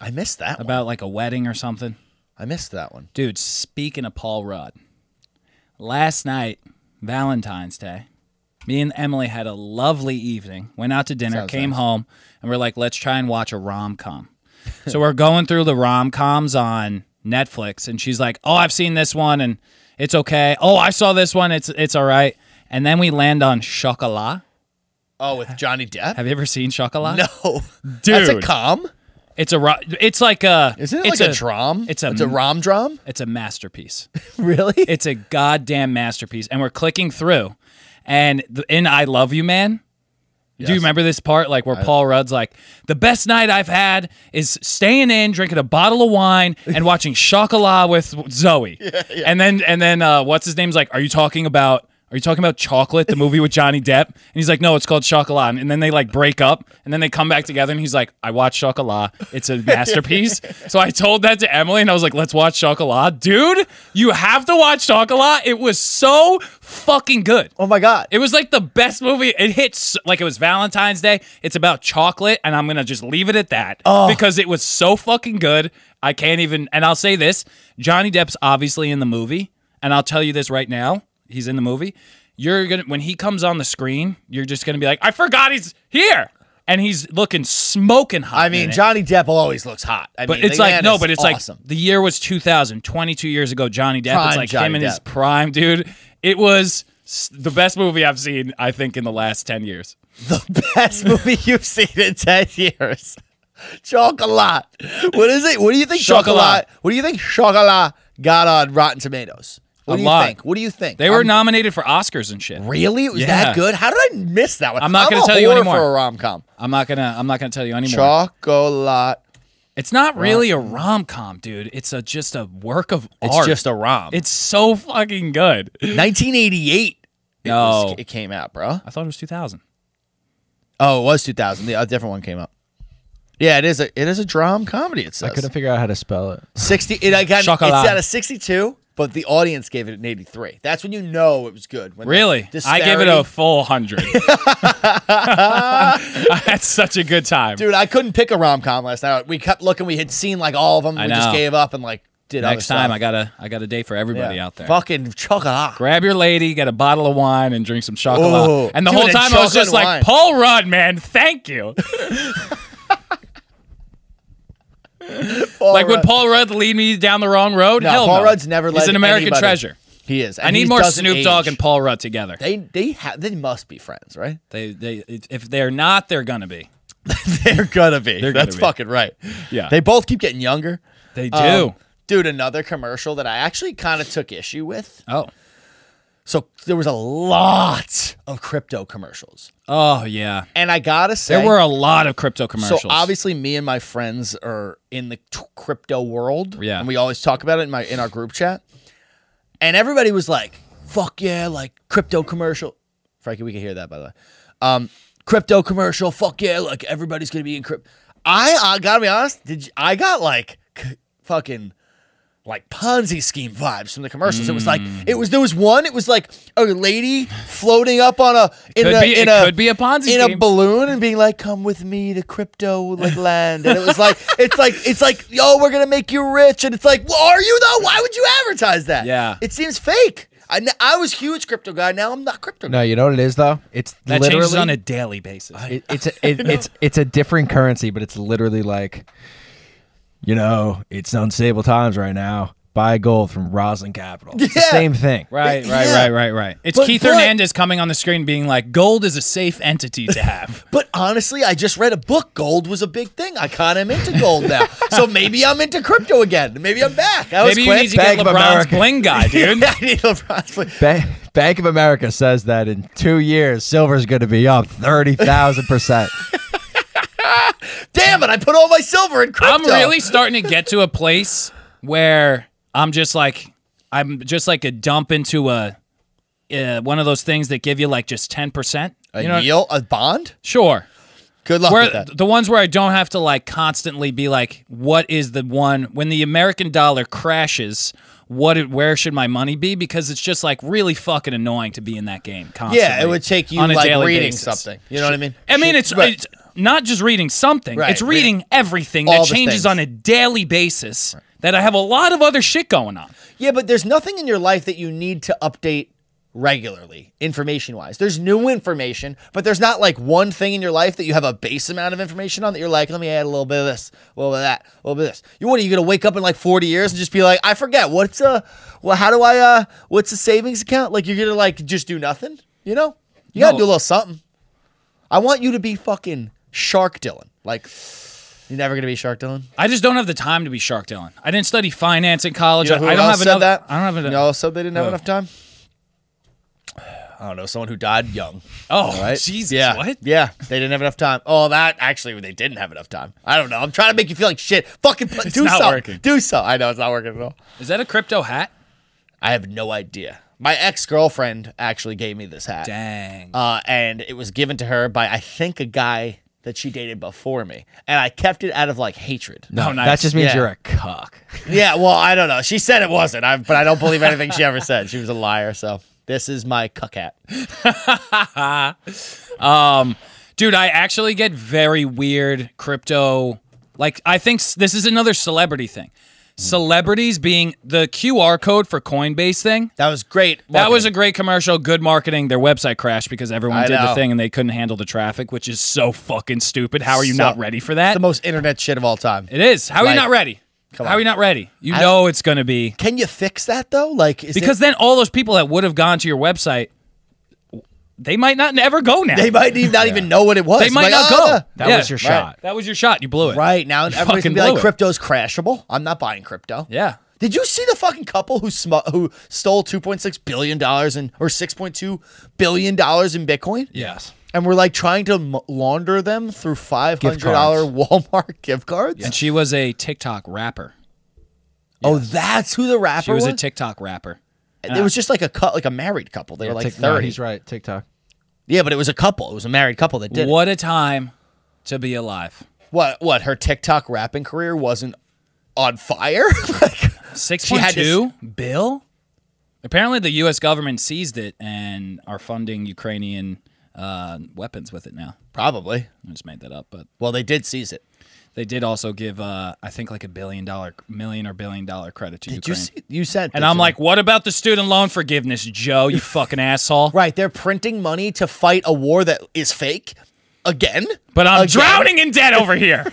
Speaker 1: I missed that. one.
Speaker 2: about like a wedding or something.
Speaker 1: I missed that one.
Speaker 2: Dude, speaking of Paul Rudd, last night, Valentine's Day, me and Emily had a lovely evening. Went out to dinner,
Speaker 1: Sounds
Speaker 2: came
Speaker 1: nice.
Speaker 2: home, and we're like, let's try and watch a rom com. [LAUGHS] so we're going through the rom coms on Netflix, and she's like, oh, I've seen this one, and it's okay. Oh, I saw this one, it's it's all right. And then we land on Chocolat.
Speaker 1: Oh, with Johnny Depp?
Speaker 2: Have you ever seen Chocolat?
Speaker 1: No, that's a
Speaker 2: Dude.
Speaker 1: com.
Speaker 2: It's a ro- it's like a
Speaker 1: Isn't it
Speaker 2: it's
Speaker 1: like a, drum?
Speaker 2: It's a
Speaker 1: it's a rom
Speaker 2: [LAUGHS]
Speaker 1: drum.
Speaker 2: it's a masterpiece.
Speaker 1: Really?
Speaker 2: It's a goddamn masterpiece. And we're clicking through. And th- in I Love You Man, do you remember this part? Like where Paul Rudd's like, the best night I've had is staying in, drinking a bottle of wine, and watching Chocolat with Zoe. And then and then uh, what's his name's like, Are you talking about are you talking about chocolate, the movie with Johnny Depp? And he's like, No, it's called Chocolat. And then they like break up and then they come back together and he's like, I watched Chocolat. It's a masterpiece. so I told that to Emily and I was like, Let's watch Chocolat. Dude, you have to watch Chocolat. It was so fucking good.
Speaker 1: oh my god!
Speaker 2: It was like the best movie. It hits like it was Valentine's Day. It's about chocolate, and I'm gonna just leave it at that because it was so fucking good. I can't even. And I'll say this: Johnny Depp's obviously in the movie, and I'll tell you this right now: he's in the movie. You're gonna when he comes on the screen, you're just gonna be like, I forgot he's here, and he's looking smoking hot.
Speaker 1: I
Speaker 2: in
Speaker 1: mean,
Speaker 2: it.
Speaker 1: Johnny Depp always looks hot. I
Speaker 2: But
Speaker 1: mean,
Speaker 2: it's
Speaker 1: the
Speaker 2: like
Speaker 1: man
Speaker 2: no,
Speaker 1: is
Speaker 2: but it's
Speaker 1: awesome. [LAUGHS]
Speaker 2: like the year was 2000, 22 years ago. Johnny Depp,
Speaker 1: Prime
Speaker 2: it's like him
Speaker 1: Johnny
Speaker 2: in his
Speaker 1: Depp.
Speaker 2: prime, dude. It was s- the best movie I've seen, I think, in the last ten years.
Speaker 1: the
Speaker 2: [LAUGHS]
Speaker 1: best movie you've seen in ten years. [LAUGHS] Chocolat. What is it? What do you think?
Speaker 2: Chocolat.
Speaker 1: Chocolat. What do you think? Chocolat got on Rotten Tomatoes. What
Speaker 2: A
Speaker 1: do you
Speaker 2: lot.
Speaker 1: think? What do you think?
Speaker 2: They were
Speaker 1: I'm-
Speaker 2: nominated for Oscars and shit.
Speaker 1: really. It was
Speaker 2: Yeah.
Speaker 1: that good. How did I miss that one?
Speaker 2: I'm not gonna
Speaker 1: a
Speaker 2: tell you
Speaker 1: whore
Speaker 2: anymore.
Speaker 1: for a rom com.
Speaker 2: I'm not gonna. I'm not gonna tell you anymore.
Speaker 1: Chocolat.
Speaker 2: It's not really a rom com, dude. It's a just a work of
Speaker 1: It's
Speaker 2: art.
Speaker 1: just a rom.
Speaker 2: It's so fucking good.
Speaker 1: 1988. It,
Speaker 2: No.
Speaker 1: was- it came out, bro.
Speaker 2: I thought it was 2000.
Speaker 1: Oh, it was 2000. The a different one came out. Yeah, it is a it is a drum comedy. It
Speaker 3: I
Speaker 1: says
Speaker 3: couldn't figure out how to spell it.
Speaker 1: 60. It, I got, it's
Speaker 2: Chocolat.
Speaker 1: at a 62, but the audience gave it an 83. That's when you know it was good. When the
Speaker 2: Really? I gave it
Speaker 1: disparity-
Speaker 2: a full
Speaker 1: [LAUGHS]
Speaker 2: hundred. [LAUGHS] I had such a good time.
Speaker 1: dude. I couldn't pick a rom com last night. We kept looking. We had seen like all of them.
Speaker 2: I
Speaker 1: we just
Speaker 2: know.
Speaker 1: gave up and like did
Speaker 2: Next
Speaker 1: other
Speaker 2: time, I
Speaker 1: stuff.
Speaker 2: got a I got a date for everybody
Speaker 1: Yeah.
Speaker 2: out there.
Speaker 1: Fucking chocolat.
Speaker 2: Grab your lady, get a bottle of wine, and drink some chocolate.
Speaker 1: Ooh.
Speaker 2: and the
Speaker 1: Oh. Dude,
Speaker 2: whole
Speaker 1: and
Speaker 2: time I
Speaker 1: chocolate
Speaker 2: was just
Speaker 1: wine. [LAUGHS]
Speaker 2: like, Paul Rudd, man, thank you.
Speaker 1: Paul
Speaker 2: like, would
Speaker 1: Rudd-
Speaker 2: Paul Rudd lead me down the wrong road?
Speaker 1: No,
Speaker 2: Hell
Speaker 1: Paul
Speaker 2: no.
Speaker 1: Rudd's never led
Speaker 2: He's an American
Speaker 1: anybody.
Speaker 2: treasure.
Speaker 1: He is.
Speaker 2: I
Speaker 1: and he
Speaker 2: need more
Speaker 1: doesn't
Speaker 2: Snoop Dogg
Speaker 1: age.
Speaker 2: and Paul Rudd together.
Speaker 1: They they have they must be friends, right? [LAUGHS]
Speaker 2: They, they, if they're not, they're gonna be.
Speaker 1: They're gonna be.
Speaker 2: gonna
Speaker 1: That's
Speaker 2: be.
Speaker 1: fucking right.
Speaker 2: Yeah.
Speaker 1: They both keep getting younger.
Speaker 2: They do.
Speaker 1: Um, dude, another commercial that I actually kind of took issue with.
Speaker 2: oh,
Speaker 1: So there was a lot of crypto commercials.
Speaker 2: oh yeah.
Speaker 1: And I gotta say
Speaker 2: There were a lot of crypto commercials.
Speaker 1: So obviously, me and my friends are in the t- crypto world.
Speaker 2: Yeah.
Speaker 1: and we always talk about it in my in our group chat. And everybody was like, "Fuck yeah!" Like crypto commercial. Frankie, we can hear that by the way. Um, crypto commercial. Fuck yeah! Like everybody's gonna be in crypto. I, I gotta be honest. Did you, I got like c- fucking like Ponzi scheme vibes from the commercials. It was like it was there was one. It was like a lady floating up on a in
Speaker 2: Could
Speaker 1: a
Speaker 2: be-
Speaker 1: in
Speaker 2: it
Speaker 1: a
Speaker 2: could be a Ponzi
Speaker 1: in a
Speaker 2: scheme.
Speaker 1: balloon and being like, "Come with me to crypto like land," and it was like it's like it's like yo, we're gonna make you rich, and it's like, well, are you though? Why would you advertise that?
Speaker 2: Yeah.
Speaker 1: it seems fake. I, I was huge crypto guy. Now I'm not crypto.
Speaker 3: No,
Speaker 1: guy.
Speaker 3: you know what it is though? It's
Speaker 2: that
Speaker 3: literally
Speaker 2: changes on a daily basis.
Speaker 3: it,
Speaker 2: [LAUGHS]
Speaker 3: it's a, it, it's it's a different currency, but it's literally like, you know, it's unstable times right now. Buy gold from Roslyn Capital. It's the
Speaker 1: Yeah.
Speaker 3: same thing.
Speaker 2: Right,
Speaker 1: It-
Speaker 2: right,
Speaker 1: yeah.
Speaker 2: right, right, right. It's
Speaker 1: But-
Speaker 2: Keith
Speaker 1: but-
Speaker 2: Hernandez coming on the screen being like, gold is a safe entity
Speaker 1: [LAUGHS]
Speaker 2: to have.
Speaker 1: But honestly, I just read a book. Gold was a big thing. I kind of am into gold now, so maybe I'm into crypto again. Maybe I'm back. I was
Speaker 2: Maybe you
Speaker 1: quick.
Speaker 2: need to get
Speaker 3: Bank of
Speaker 2: LeBron's
Speaker 3: America.
Speaker 2: bling
Speaker 1: [LAUGHS]
Speaker 2: guy, dude.
Speaker 1: I need LeBron's play.
Speaker 3: Bank, Bank of America says that in two years, silver's going to be up thirty thousand
Speaker 2: [LAUGHS]
Speaker 3: percent.
Speaker 1: Damn it! I put all my silver in crypto.
Speaker 2: I'm really starting to get to a place where I'm just like, I'm just like a dump into a uh, one of those things that give you like just ten percent.
Speaker 1: a
Speaker 2: you know,
Speaker 1: yield, a bond.
Speaker 2: sure.
Speaker 1: Good luck with
Speaker 2: Where
Speaker 1: that.
Speaker 2: the ones where I don't have to like constantly be like, what is the one when the American dollar crashes? What it, where should my money be? Because it's just like really fucking annoying to be in that game constantly.
Speaker 1: Yeah, it would take you
Speaker 2: on a
Speaker 1: like
Speaker 2: daily
Speaker 1: reading
Speaker 2: basis.
Speaker 1: something. You know what I mean?
Speaker 2: I mean, it's,
Speaker 1: Right.
Speaker 2: it's not just reading something;
Speaker 1: Right,
Speaker 2: it's reading everything
Speaker 1: All
Speaker 2: that
Speaker 1: the
Speaker 2: changes
Speaker 1: things.
Speaker 2: on a daily basis. That I have a lot of other shit going on.
Speaker 1: Yeah, but there's nothing in your life that you need to update regularly, information wise. There's new information, but there's not like one thing in your life that you have a base amount of information on that you're like, let me add a little bit of this, a little bit of that, a little bit of this. You what are you gonna wake up in like 40 years and just be like, I forget what's a well, how do I uh what's a savings account? Like you're gonna like just do nothing, you know? You gotta
Speaker 2: No.
Speaker 1: do a little something. I want you to be fucking Shark Dylan. Like you're never gonna be Shark Dylan.
Speaker 2: I just don't have the time to be Shark Dylan. I didn't study finance in college.
Speaker 1: You know who
Speaker 2: I don't
Speaker 1: else
Speaker 2: have
Speaker 1: said
Speaker 2: enough.
Speaker 1: that?
Speaker 2: I don't have enough.
Speaker 1: You know, so they didn't have
Speaker 2: Who?
Speaker 1: enough time. [SIGHS] I don't know, someone who died young.
Speaker 2: Oh,
Speaker 1: Right?
Speaker 2: Jesus!
Speaker 1: Yeah.
Speaker 2: What?
Speaker 1: Yeah, they didn't have enough time. Oh, that actually, they didn't have enough time. I don't know. I'm trying to make you feel like shit. Fucking
Speaker 2: [LAUGHS]
Speaker 1: pl- do
Speaker 2: not
Speaker 1: something.
Speaker 2: working.
Speaker 1: Do something. I know it's not working at all.
Speaker 2: Is that a crypto hat?
Speaker 1: I have no idea. My ex girlfriend actually gave me this hat.
Speaker 2: Dang.
Speaker 1: Uh, and it was given to her by I think a guy that she dated before me, and I kept it out of like hatred.
Speaker 3: No,
Speaker 2: Oh, nice.
Speaker 3: that just means
Speaker 1: Yeah.
Speaker 3: you're a cuck.
Speaker 1: Yeah, well, I don't know. She said it wasn't, I, but I don't believe anything she ever said. She was a liar. So this is my cuck hat.
Speaker 2: Dude, I actually get very weird crypto. Like, I think s- this is another celebrity thing. Celebrities being the QR code for Coinbase thing.
Speaker 1: That was great.
Speaker 2: That was a
Speaker 1: marketing.
Speaker 2: great commercial, good marketing. Their website crashed because everyone
Speaker 1: I
Speaker 2: did the
Speaker 1: know.
Speaker 2: thing and they couldn't handle the traffic, which is so fucking stupid. How are you not
Speaker 1: So-
Speaker 2: ready for that?
Speaker 1: the most internet shit of all time.
Speaker 2: it is. How are
Speaker 1: Like,
Speaker 2: you not ready?
Speaker 1: come
Speaker 2: How are
Speaker 1: on.
Speaker 2: you not ready? You know it's going to be.
Speaker 1: Can you fix that though? Like, is
Speaker 2: Because
Speaker 1: it,
Speaker 2: then all those people that would have gone to your website, they might not ever go
Speaker 1: [LAUGHS]
Speaker 2: now.
Speaker 1: they might even not even know what it was.
Speaker 2: They might
Speaker 1: Like,
Speaker 2: not
Speaker 1: ah,
Speaker 2: go.
Speaker 3: That was your shot.
Speaker 2: That was your shot. You blew it.
Speaker 1: Right now, everybody's gonna
Speaker 2: fucking
Speaker 1: be like,
Speaker 2: blew it.
Speaker 1: "Crypto's crashable." I'm not buying crypto.
Speaker 2: Yeah.
Speaker 1: Did you see the fucking couple who sm- who stole 2.6 billion dollars in or 6.2 billion dollars in Bitcoin?
Speaker 3: Yes.
Speaker 1: And we're like trying to m- launder them through $500 Walmart [LAUGHS] gift cards.
Speaker 2: And she was a TikTok rapper.
Speaker 1: Oh, that's who the rapper
Speaker 2: She was
Speaker 1: was.
Speaker 2: a TikTok rapper.
Speaker 1: it was just like a cou- like a married couple. They were like
Speaker 3: Tik- no,
Speaker 1: thirty.
Speaker 3: he's right. TikTok.
Speaker 1: Yeah, but it was a couple. It was a married couple that did it.
Speaker 2: What a time to be alive.
Speaker 1: What? What? Her TikTok rapping career wasn't on fire. [LAUGHS] like,
Speaker 2: Six
Speaker 1: had
Speaker 2: point
Speaker 1: this-
Speaker 2: two bill. Apparently, the U.S. government seized it and are funding Ukrainian uh, weapons with it now.
Speaker 1: probably.
Speaker 2: I just made that up, but
Speaker 1: Well, they did seize it.
Speaker 2: they did also give, uh, I think, like a billion dollar, million or billion dollar credit to
Speaker 1: Did you
Speaker 2: Ukraine.
Speaker 1: see? You said.
Speaker 2: and I'm like, what about the student loan forgiveness, Joe?
Speaker 1: [LAUGHS]
Speaker 2: You fucking asshole!
Speaker 1: right? They're printing money to fight a war that is fake. Again,
Speaker 2: But I'm
Speaker 1: Again? [LAUGHS]
Speaker 2: drowning in debt over here.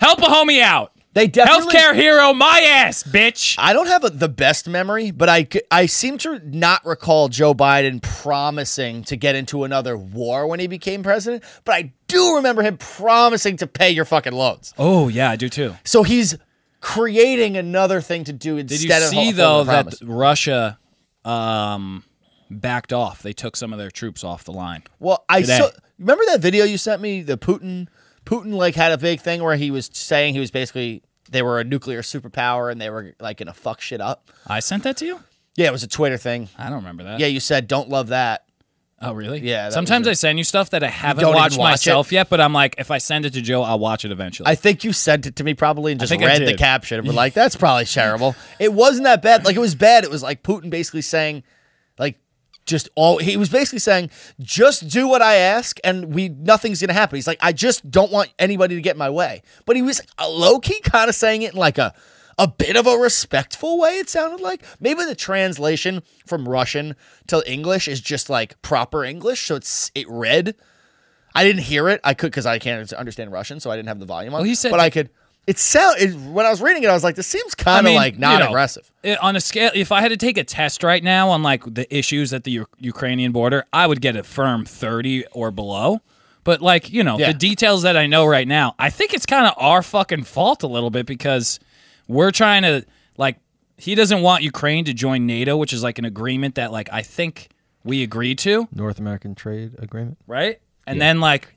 Speaker 2: Help a homie out.
Speaker 1: They definitely
Speaker 2: Healthcare hero, my ass, bitch.
Speaker 1: I don't have a, the best memory, but I, c- I seem to not recall Joe Biden promising to get into another war when he became president, but I do remember him promising to pay your fucking loans.
Speaker 2: Oh yeah, I do too.
Speaker 1: So he's creating another thing to do instead
Speaker 2: Did you
Speaker 1: of
Speaker 2: see
Speaker 1: fulfilling
Speaker 2: though
Speaker 1: the
Speaker 2: that
Speaker 1: promise.
Speaker 2: Russia um, backed off? They took some of their troops off the line.
Speaker 1: Well, I
Speaker 2: Today.
Speaker 1: saw, remember that video you sent me. The Putin, Putin like had a big thing where he was saying he was basically they were a nuclear superpower and they were like gonna fuck shit up.
Speaker 2: I sent that to you.
Speaker 1: Yeah, it was a Twitter thing.
Speaker 2: I don't remember that.
Speaker 1: Yeah, you said don't love that.
Speaker 2: Oh really?
Speaker 1: Yeah, that was
Speaker 2: Sometimes
Speaker 1: it.
Speaker 2: I send you stuff that I haven't
Speaker 1: don't even
Speaker 2: watched
Speaker 1: watch
Speaker 2: myself yet, but I'm like, if I send it to Joe, I'll watch it eventually.
Speaker 1: I think you sent it to me probably and just
Speaker 2: think I
Speaker 1: read the
Speaker 2: did.
Speaker 1: caption and were
Speaker 2: [LAUGHS]
Speaker 1: like, "That's probably terrible." It wasn't that bad. Like it was bad. It was like Putin basically saying, like, just all he was basically saying, just do what I ask, and we nothing's gonna happen. He's like, I just don't want anybody to get in my way. But he was low key kind of saying it in like a. A bit of a respectful way, it sounded like. Maybe the translation from Russian to English is just like proper English, so it's it read I didn't hear it. I could because I can't understand Russian, so I didn't have the volume on.
Speaker 2: Well, he said-
Speaker 1: but I could. It sound it, when I was reading it, I was like, this seems kind of like
Speaker 2: you
Speaker 1: not
Speaker 2: know,
Speaker 1: aggressive.
Speaker 2: it- on a scale, if I had to take a test right now on like the issues at the U- Ukrainian border, I would get a firm thirty or below. But like you know,
Speaker 1: Yeah.
Speaker 2: the details that I know right now, I think it's kind of our fucking fault a little bit because we're trying to like he doesn't want Ukraine to join NATO, which is like an agreement that like I think we agreed to.
Speaker 3: North American Trade Agreement.
Speaker 2: right? And then like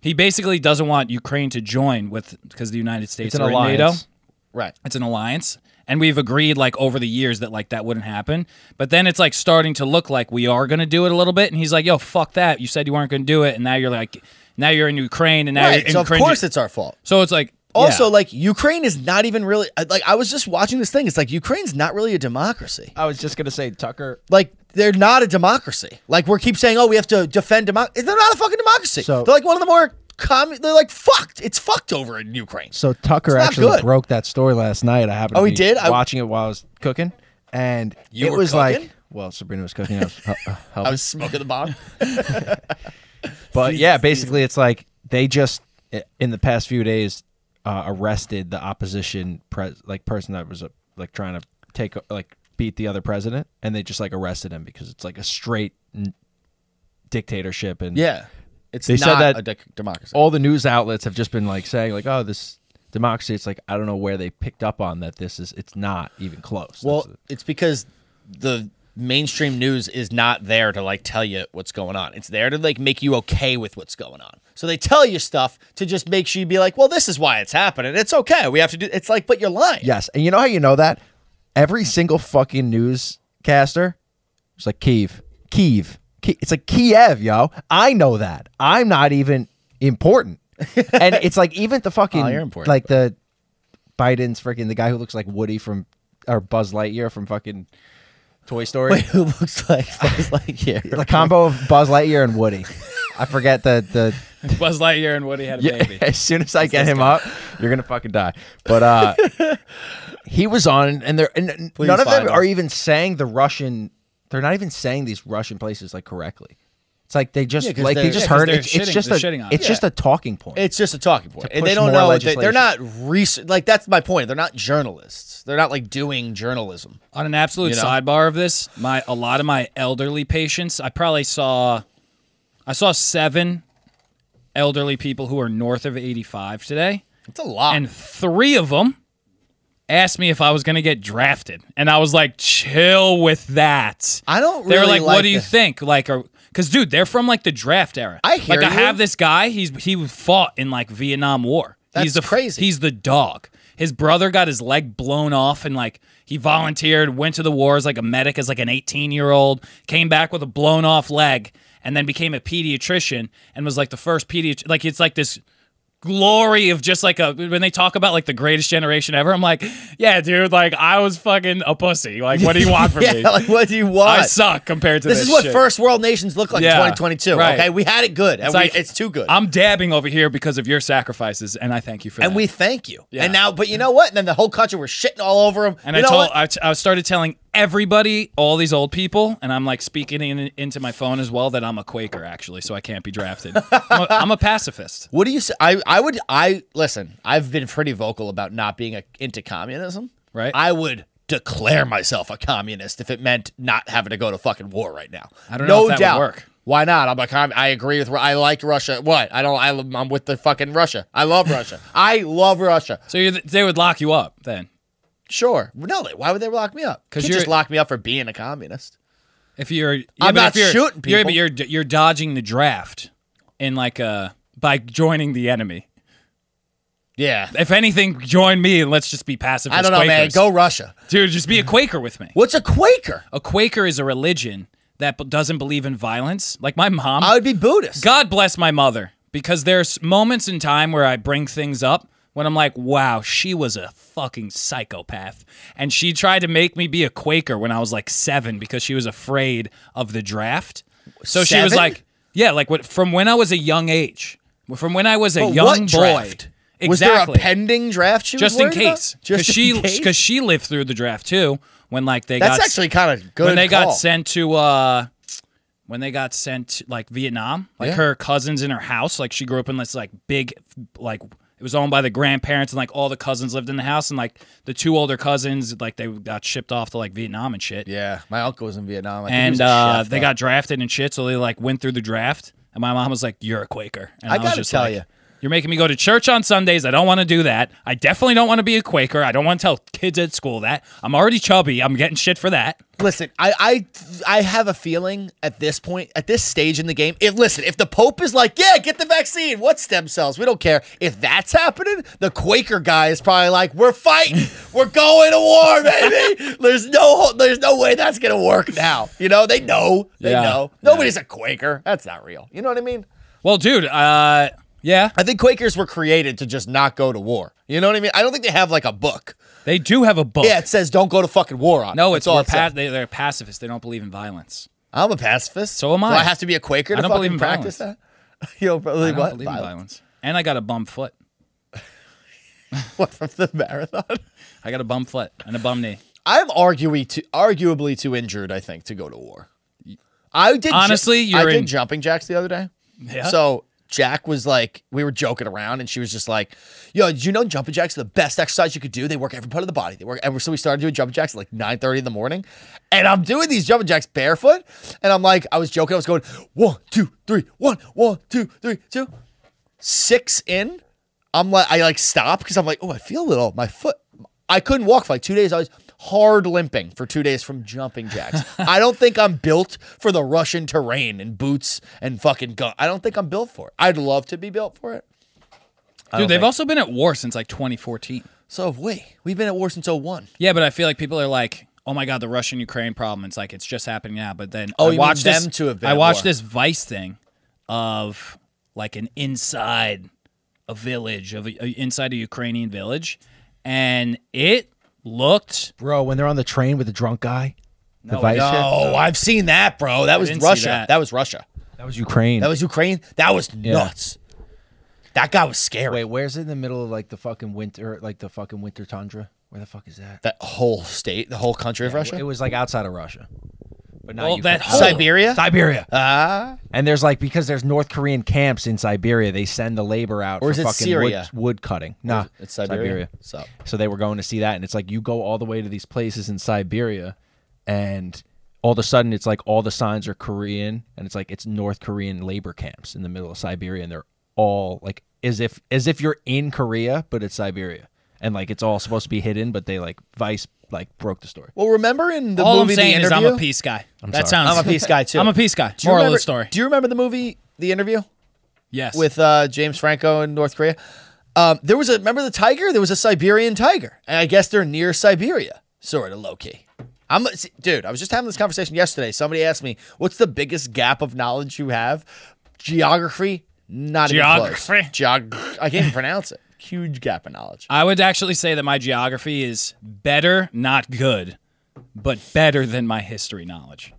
Speaker 2: he basically doesn't want Ukraine to join with because the United States
Speaker 3: It's an
Speaker 2: are in NATO.
Speaker 3: alliance.
Speaker 1: Right.
Speaker 2: It's an alliance. And we've agreed like over the years that like that wouldn't happen. But then it's like starting to look like we are gonna do it a little bit. And he's like, yo, fuck that. You said you weren't gonna do it, and now you're like now you're in Ukraine and now you're
Speaker 1: Right.
Speaker 2: in
Speaker 1: So of
Speaker 2: Ukraine.
Speaker 1: course it's our fault.
Speaker 2: so it's like
Speaker 1: Also,
Speaker 2: yeah.
Speaker 1: like Ukraine is not even really like I was just watching this thing. It's like Ukraine's not really a democracy.
Speaker 3: I was just gonna say Tucker.
Speaker 1: Like they're not a democracy. Like we keep saying, oh, we have to defend democracy. They're not a fucking democracy.
Speaker 3: So-
Speaker 1: they're like one of the more commun. They're like fucked. It's fucked over in Ukraine.
Speaker 3: So Tucker
Speaker 1: It's not
Speaker 3: actually
Speaker 1: good.
Speaker 3: broke that story last night. I happened.
Speaker 1: Oh,
Speaker 3: to
Speaker 1: he
Speaker 3: be
Speaker 1: did? I-
Speaker 3: Watching it while I was cooking, and
Speaker 1: You
Speaker 3: it
Speaker 1: were
Speaker 3: was
Speaker 1: cooking?
Speaker 3: like, well, Sabrina was cooking. I was,
Speaker 1: [LAUGHS]
Speaker 3: uh, uh, helping.
Speaker 1: I was smoking the
Speaker 2: [LAUGHS]
Speaker 1: bomb.
Speaker 3: But yeah, basically, it's like they just i- in the past few days uh, arrested the opposition pres like person that was uh, like trying to take uh, like beat the other president, and they just like arrested him because it's like a straight n- dictatorship, and
Speaker 1: yeah. It's
Speaker 3: They
Speaker 1: not
Speaker 3: said that-
Speaker 1: a dec- democracy.
Speaker 3: all the news outlets have just been like saying like, oh, this democracy. It's like I don't know where they picked up on that. This is it's not even close.
Speaker 1: Well,
Speaker 3: That's-
Speaker 1: it's because the mainstream news is not there to like tell you what's going on. It's there to like make you okay with what's going on. So they tell you stuff to just make sure you be like, "Well, this is why it's happening. It's okay. We have to do." It's like, but you're lying. [LAUGHS]
Speaker 3: yes, and you know how you know that every single fucking newscaster It's like Kiev, Kiev. Ki- It's like Kiev, yo. I know that. I'm not even [LAUGHS] important. and it's like even the fucking
Speaker 1: Oh, you're important.
Speaker 3: like the Biden's freaking the guy who looks like Woody from or Buzz Lightyear from fucking Toy Story.
Speaker 1: Wait, who looks like [LAUGHS] looks like yeah.
Speaker 3: The combo of Buzz Lightyear and Woody. I forget the
Speaker 2: [LAUGHS]
Speaker 3: the
Speaker 2: Buzz Lightyear and Woody had a baby.
Speaker 3: [LAUGHS] as soon as I get him up, you're gonna fucking die. But uh he was on, and they're and n-
Speaker 1: Please
Speaker 3: none of them
Speaker 1: find us.
Speaker 3: are even saying the Russian. They're not even saying these Russian places like correctly. It's like they just
Speaker 1: 'cause
Speaker 3: like
Speaker 1: they're-
Speaker 3: they just
Speaker 1: yeah,
Speaker 2: 'cause
Speaker 3: heard
Speaker 2: they're
Speaker 3: it, it's
Speaker 2: shitting-
Speaker 3: just
Speaker 2: they're
Speaker 3: a
Speaker 2: shitting on it.
Speaker 3: it's just a talking point.
Speaker 1: It's just a talking point, and they
Speaker 3: push
Speaker 1: don't
Speaker 3: more
Speaker 1: know. what They, they're not
Speaker 3: legislation.
Speaker 1: research like that's my point. They're not journalists. They're not like doing journalism.
Speaker 2: On an absolute
Speaker 1: You know?
Speaker 2: sidebar of this, my a lot of my elderly patients, I probably saw I saw 7 elderly people who are north of 85 today
Speaker 1: It's a lot.
Speaker 2: and 3 of them asked me if I was going to get drafted. And I was like, "Chill with that."
Speaker 1: I don't.
Speaker 2: they were
Speaker 1: really
Speaker 2: like, "What do you
Speaker 1: the-
Speaker 2: think?" Like are cuz dude, they're from like the draft era.
Speaker 1: I hear
Speaker 2: Like I
Speaker 1: you.
Speaker 2: have this guy, he's he fought in like Vietnam War.
Speaker 1: That's
Speaker 2: he's the
Speaker 1: crazy.
Speaker 2: He's the dog. His brother got his leg blown off and like he volunteered, went to the war as like a medic as like an 18-year-old, came back with a blown off leg and then became a pediatrician and was like the first pediatrician like it's like this glory of just like a when they talk about like the greatest generation ever I'm like yeah dude like I was fucking a pussy like what do
Speaker 1: [LAUGHS]
Speaker 2: you want
Speaker 1: [LAUGHS]
Speaker 2: from
Speaker 1: yeah,
Speaker 2: me
Speaker 1: like what do you want?
Speaker 2: I suck compared to
Speaker 1: This
Speaker 2: this.
Speaker 1: is what
Speaker 2: shit.
Speaker 1: first world nations look like in
Speaker 2: Yeah,
Speaker 1: 2022.
Speaker 2: right.
Speaker 1: Okay, we had it good, and
Speaker 2: It's
Speaker 1: we,
Speaker 2: like,
Speaker 1: it's too good,
Speaker 2: I'm dabbing over here because of your sacrifices, and I thank you for
Speaker 1: and
Speaker 2: that.
Speaker 1: we thank you.
Speaker 2: Yeah.
Speaker 1: And now, but you know what? And then the whole country were shitting all over him.
Speaker 2: and
Speaker 1: you
Speaker 2: I
Speaker 1: know
Speaker 2: told
Speaker 1: what?
Speaker 2: I, t- I started telling everybody, all these old people, and I'm like speaking in, into my phone as well that I'm a Quaker actually, so I can't
Speaker 1: [LAUGHS]
Speaker 2: be drafted. I'm, a, I'm a pacifist.
Speaker 1: What do you say? I, I would I listen. I've been pretty vocal about not being a, into communism.
Speaker 2: Right.
Speaker 1: I would declare myself a communist if it meant not having to go to fucking war right now.
Speaker 2: I don't
Speaker 1: no
Speaker 2: know if that would
Speaker 1: doubt.
Speaker 2: work.
Speaker 1: Why not? I'm a com- I agree with. Ru- I like Russia. What? I don't. I, lo- I'm with the fucking Russia. I love
Speaker 2: [LAUGHS]
Speaker 1: Russia. I love Russia.
Speaker 2: So you they would lock you up then
Speaker 1: Sure. No. they- Why would they lock me up?
Speaker 2: 'Cause
Speaker 1: Because you just
Speaker 2: you're-
Speaker 1: lock me up for being a communist.
Speaker 2: if you're. yeah,
Speaker 1: I'm
Speaker 2: but
Speaker 1: not
Speaker 2: if you're-
Speaker 1: shooting
Speaker 2: yeah,
Speaker 1: people.
Speaker 2: but you're you're dodging the draft in like a by joining the enemy.
Speaker 1: Yeah.
Speaker 2: If anything, join me and let's just be passive.
Speaker 1: I don't know, man. Go Russia.
Speaker 2: dude. Just be a Quaker with me.
Speaker 1: What's a Quaker?
Speaker 2: A Quaker is a religion that b- doesn't believe in violence. Like my mom.
Speaker 1: I would be Buddhist.
Speaker 2: God bless my mother because there's moments in time where I bring things up when I'm like, wow, she was a fucking psychopath. And she tried to make me be a Quaker when I was like seven because she was afraid of the draft. So she was
Speaker 1: Seven?
Speaker 2: like, yeah, like what, from when I was a young age, from when I was a
Speaker 1: But
Speaker 2: young
Speaker 1: what
Speaker 2: boy.
Speaker 1: draft?
Speaker 2: Exactly
Speaker 1: Was there a pending draft? She was
Speaker 2: just in
Speaker 1: worried about?
Speaker 2: case, because
Speaker 1: Just in
Speaker 2: she
Speaker 1: case?
Speaker 2: because she lived through the draft too. When like they
Speaker 1: That's
Speaker 2: got
Speaker 1: actually kind of good.
Speaker 2: when they
Speaker 1: call.
Speaker 2: got sent to uh when they got sent to, like Vietnam, like
Speaker 1: Yeah.
Speaker 2: her cousins in her house, like she grew up in this like big like it was owned by the grandparents and like all the cousins lived in the house and like the two older cousins like they got shipped off to like Vietnam and shit.
Speaker 1: Yeah, my uncle was in Vietnam, I think he was
Speaker 2: And
Speaker 1: a
Speaker 2: uh,
Speaker 1: chef,
Speaker 2: they
Speaker 1: though.
Speaker 2: got drafted and shit, so they like went through the draft. And my mom was like, "You're a Quaker." And
Speaker 1: I
Speaker 2: was
Speaker 1: gotta
Speaker 2: just
Speaker 1: tell
Speaker 2: like,
Speaker 1: you.
Speaker 2: you're making me go to church on Sundays. I don't want to do that. I definitely don't want to be a Quaker. I don't want to tell kids at school that. I'm already chubby. I'm getting shit for that.
Speaker 1: Listen, I, I I have a feeling at this point, at this stage in the game, if listen, if the Pope is like, yeah, get the vaccine, what stem cells, we don't care. If that's happening, the Quaker guy is probably like, we're
Speaker 2: [LAUGHS]
Speaker 1: fighting, we're going to war, baby. There's no, there's no way that's gonna work now. You know, they know, they
Speaker 2: Yeah.
Speaker 1: know. Nobody's a Quaker. That's not real. You know what I mean?
Speaker 2: Well, dude, uh, yeah,
Speaker 1: I think Quakers were created to just not go to war. You know what I mean? I don't think they have like a book.
Speaker 2: they do have a book.
Speaker 1: Yeah, it says don't go to fucking war on. it.
Speaker 2: no,
Speaker 1: That's
Speaker 2: it's all
Speaker 1: it says.
Speaker 2: pa- they, they're pacifists. They don't believe in violence.
Speaker 1: I'm a pacifist.
Speaker 2: So am I.
Speaker 1: Do I have to be a Quaker to
Speaker 2: I don't
Speaker 1: fucking
Speaker 2: believe in
Speaker 1: practice that? [LAUGHS] You don't believe
Speaker 2: I don't
Speaker 1: what?
Speaker 2: believe in
Speaker 1: Violence.
Speaker 2: violence. And I got a bum foot.
Speaker 1: [LAUGHS] What from the marathon?
Speaker 2: I got a bum foot and a bum knee.
Speaker 1: I'm arguably too, arguably too injured, I think, to go to war. I did. ju-
Speaker 2: Honestly,
Speaker 1: I
Speaker 2: you're
Speaker 1: did
Speaker 2: in-
Speaker 1: jumping jacks the other day.
Speaker 2: Yeah.
Speaker 1: So Jack was like, we were joking around, and she was just like, "Yo, did you know jumping jacks are the best exercise you could do? They work every part of the body. They work." And so we started doing jumping jacks at like 9:30 in the morning, and I'm doing these jumping jacks barefoot, and I'm like, I was joking, I was going one, two, three, one, one, two, three, two, six in. I'm like, I like stop because I'm like, oh, I feel a little. My foot. I couldn't walk for like two days. I was hard limping for two days from jumping [LAUGHS] jacks. I don't think I'm built for the Russian terrain and boots and fucking gun. I don't think I'm built for it. I'd love to be built for it.
Speaker 2: Dude, they've also been at war since like 2014.
Speaker 1: So have we. We've been at war since 01.
Speaker 2: Yeah, but I feel like people are like, "Oh my god, the Russian Ukraine problem." It's like it's just happening now. But then
Speaker 1: Oh,
Speaker 2: I
Speaker 1: you mean
Speaker 2: watched this,
Speaker 1: them to have been
Speaker 2: I
Speaker 1: at
Speaker 2: watched
Speaker 1: war.
Speaker 2: this Vice thing of like an inside a village of a, a- inside a Ukrainian village, and it looked
Speaker 3: Bro, when they're on the train with the drunk guy, the vice shit,
Speaker 1: No, Oh, I've seen that, bro. That was
Speaker 2: didn't see
Speaker 1: Russia. That.
Speaker 2: that.
Speaker 1: was Russia.
Speaker 3: that was Ukraine.
Speaker 1: That was Ukraine. That was nuts. That guy was scary.
Speaker 3: Wait, where's it in the middle of like the fucking winter, like the fucking winter tundra? Where the fuck is that?
Speaker 1: That whole state, the whole country of Russia.
Speaker 3: It was like outside of Russia, but not
Speaker 2: well
Speaker 3: Ukraine.
Speaker 2: that whole
Speaker 1: Siberia?
Speaker 3: Siberia.
Speaker 1: Ah.
Speaker 3: and there's like because there's North Korean camps in Siberia, they send the labor out
Speaker 1: Or
Speaker 3: for
Speaker 1: is it
Speaker 3: fucking
Speaker 1: Syria?
Speaker 3: Wood, wood cutting. Nah,
Speaker 1: it's Siberia. What's up?
Speaker 3: So they were going to see that, and it's like you go all the way to these places in Siberia, and all of a sudden it's like all the signs are Korean, and it's like it's North Korean labor camps in the middle of Siberia, and they're all like as if as if you're in Korea, but it's Siberia, and like it's all supposed to be hidden, but they like Vice like broke the story.
Speaker 1: Well, remember in the
Speaker 2: All I'm
Speaker 1: movie
Speaker 2: saying
Speaker 1: The
Speaker 2: is I'm
Speaker 1: Interview?
Speaker 2: a peace guy. that sounds.
Speaker 1: I'm a peace
Speaker 2: [LAUGHS]
Speaker 1: guy too.
Speaker 2: I'm a peace guy.
Speaker 1: Do you
Speaker 2: Moral
Speaker 1: remember-
Speaker 2: of the story.
Speaker 1: Do you remember the movie The Interview
Speaker 2: yes.
Speaker 1: with uh, James Franco in North Korea? Um, there was a remember the tiger. There was a Siberian tiger, and I guess they're near Siberia, sort of low key. I'm see, dude. I was just having this conversation yesterday. Somebody asked me, "What's the biggest gap of knowledge you have?" Geography, not even
Speaker 2: Geography.
Speaker 1: close. Geog. I can't even pronounce it. Huge gap in knowledge.
Speaker 2: I would actually say that my geography is better, not good, but better than my history knowledge.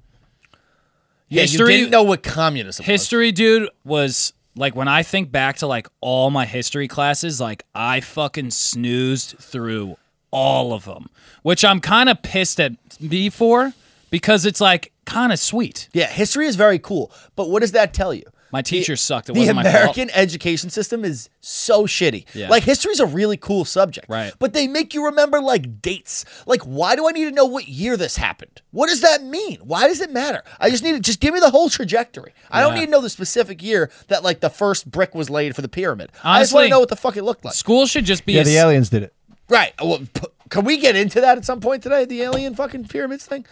Speaker 1: Yeah,
Speaker 2: History-
Speaker 1: you didn't know what communism was.
Speaker 2: History, dude, was like when I think back to like all my history classes, like I fucking snoozed through all of them, which I'm kind of pissed at me for because it's like kind of sweet.
Speaker 1: Yeah, history is very cool, but what does that tell you?
Speaker 2: My teacher sucked. It
Speaker 1: the
Speaker 2: wasn't my fault.
Speaker 1: American education system is so shitty.
Speaker 2: Yeah.
Speaker 1: Like history's a really cool subject,
Speaker 2: Right.
Speaker 1: But they make you remember like dates. Like, why do I need to know what year this happened? What does that mean? Why does it matter? I just need to just give me the whole trajectory. I don't
Speaker 2: Yeah.
Speaker 1: need to know the specific year that like the first brick was laid for the pyramid. I just want to
Speaker 2: Honestly-
Speaker 1: know what the fuck it looked like.
Speaker 2: School should just be
Speaker 3: Yeah,
Speaker 2: a
Speaker 3: the
Speaker 2: s-
Speaker 3: aliens did it.
Speaker 1: Right. Well, p- can we get into that at some point today? The alien fucking pyramids thing.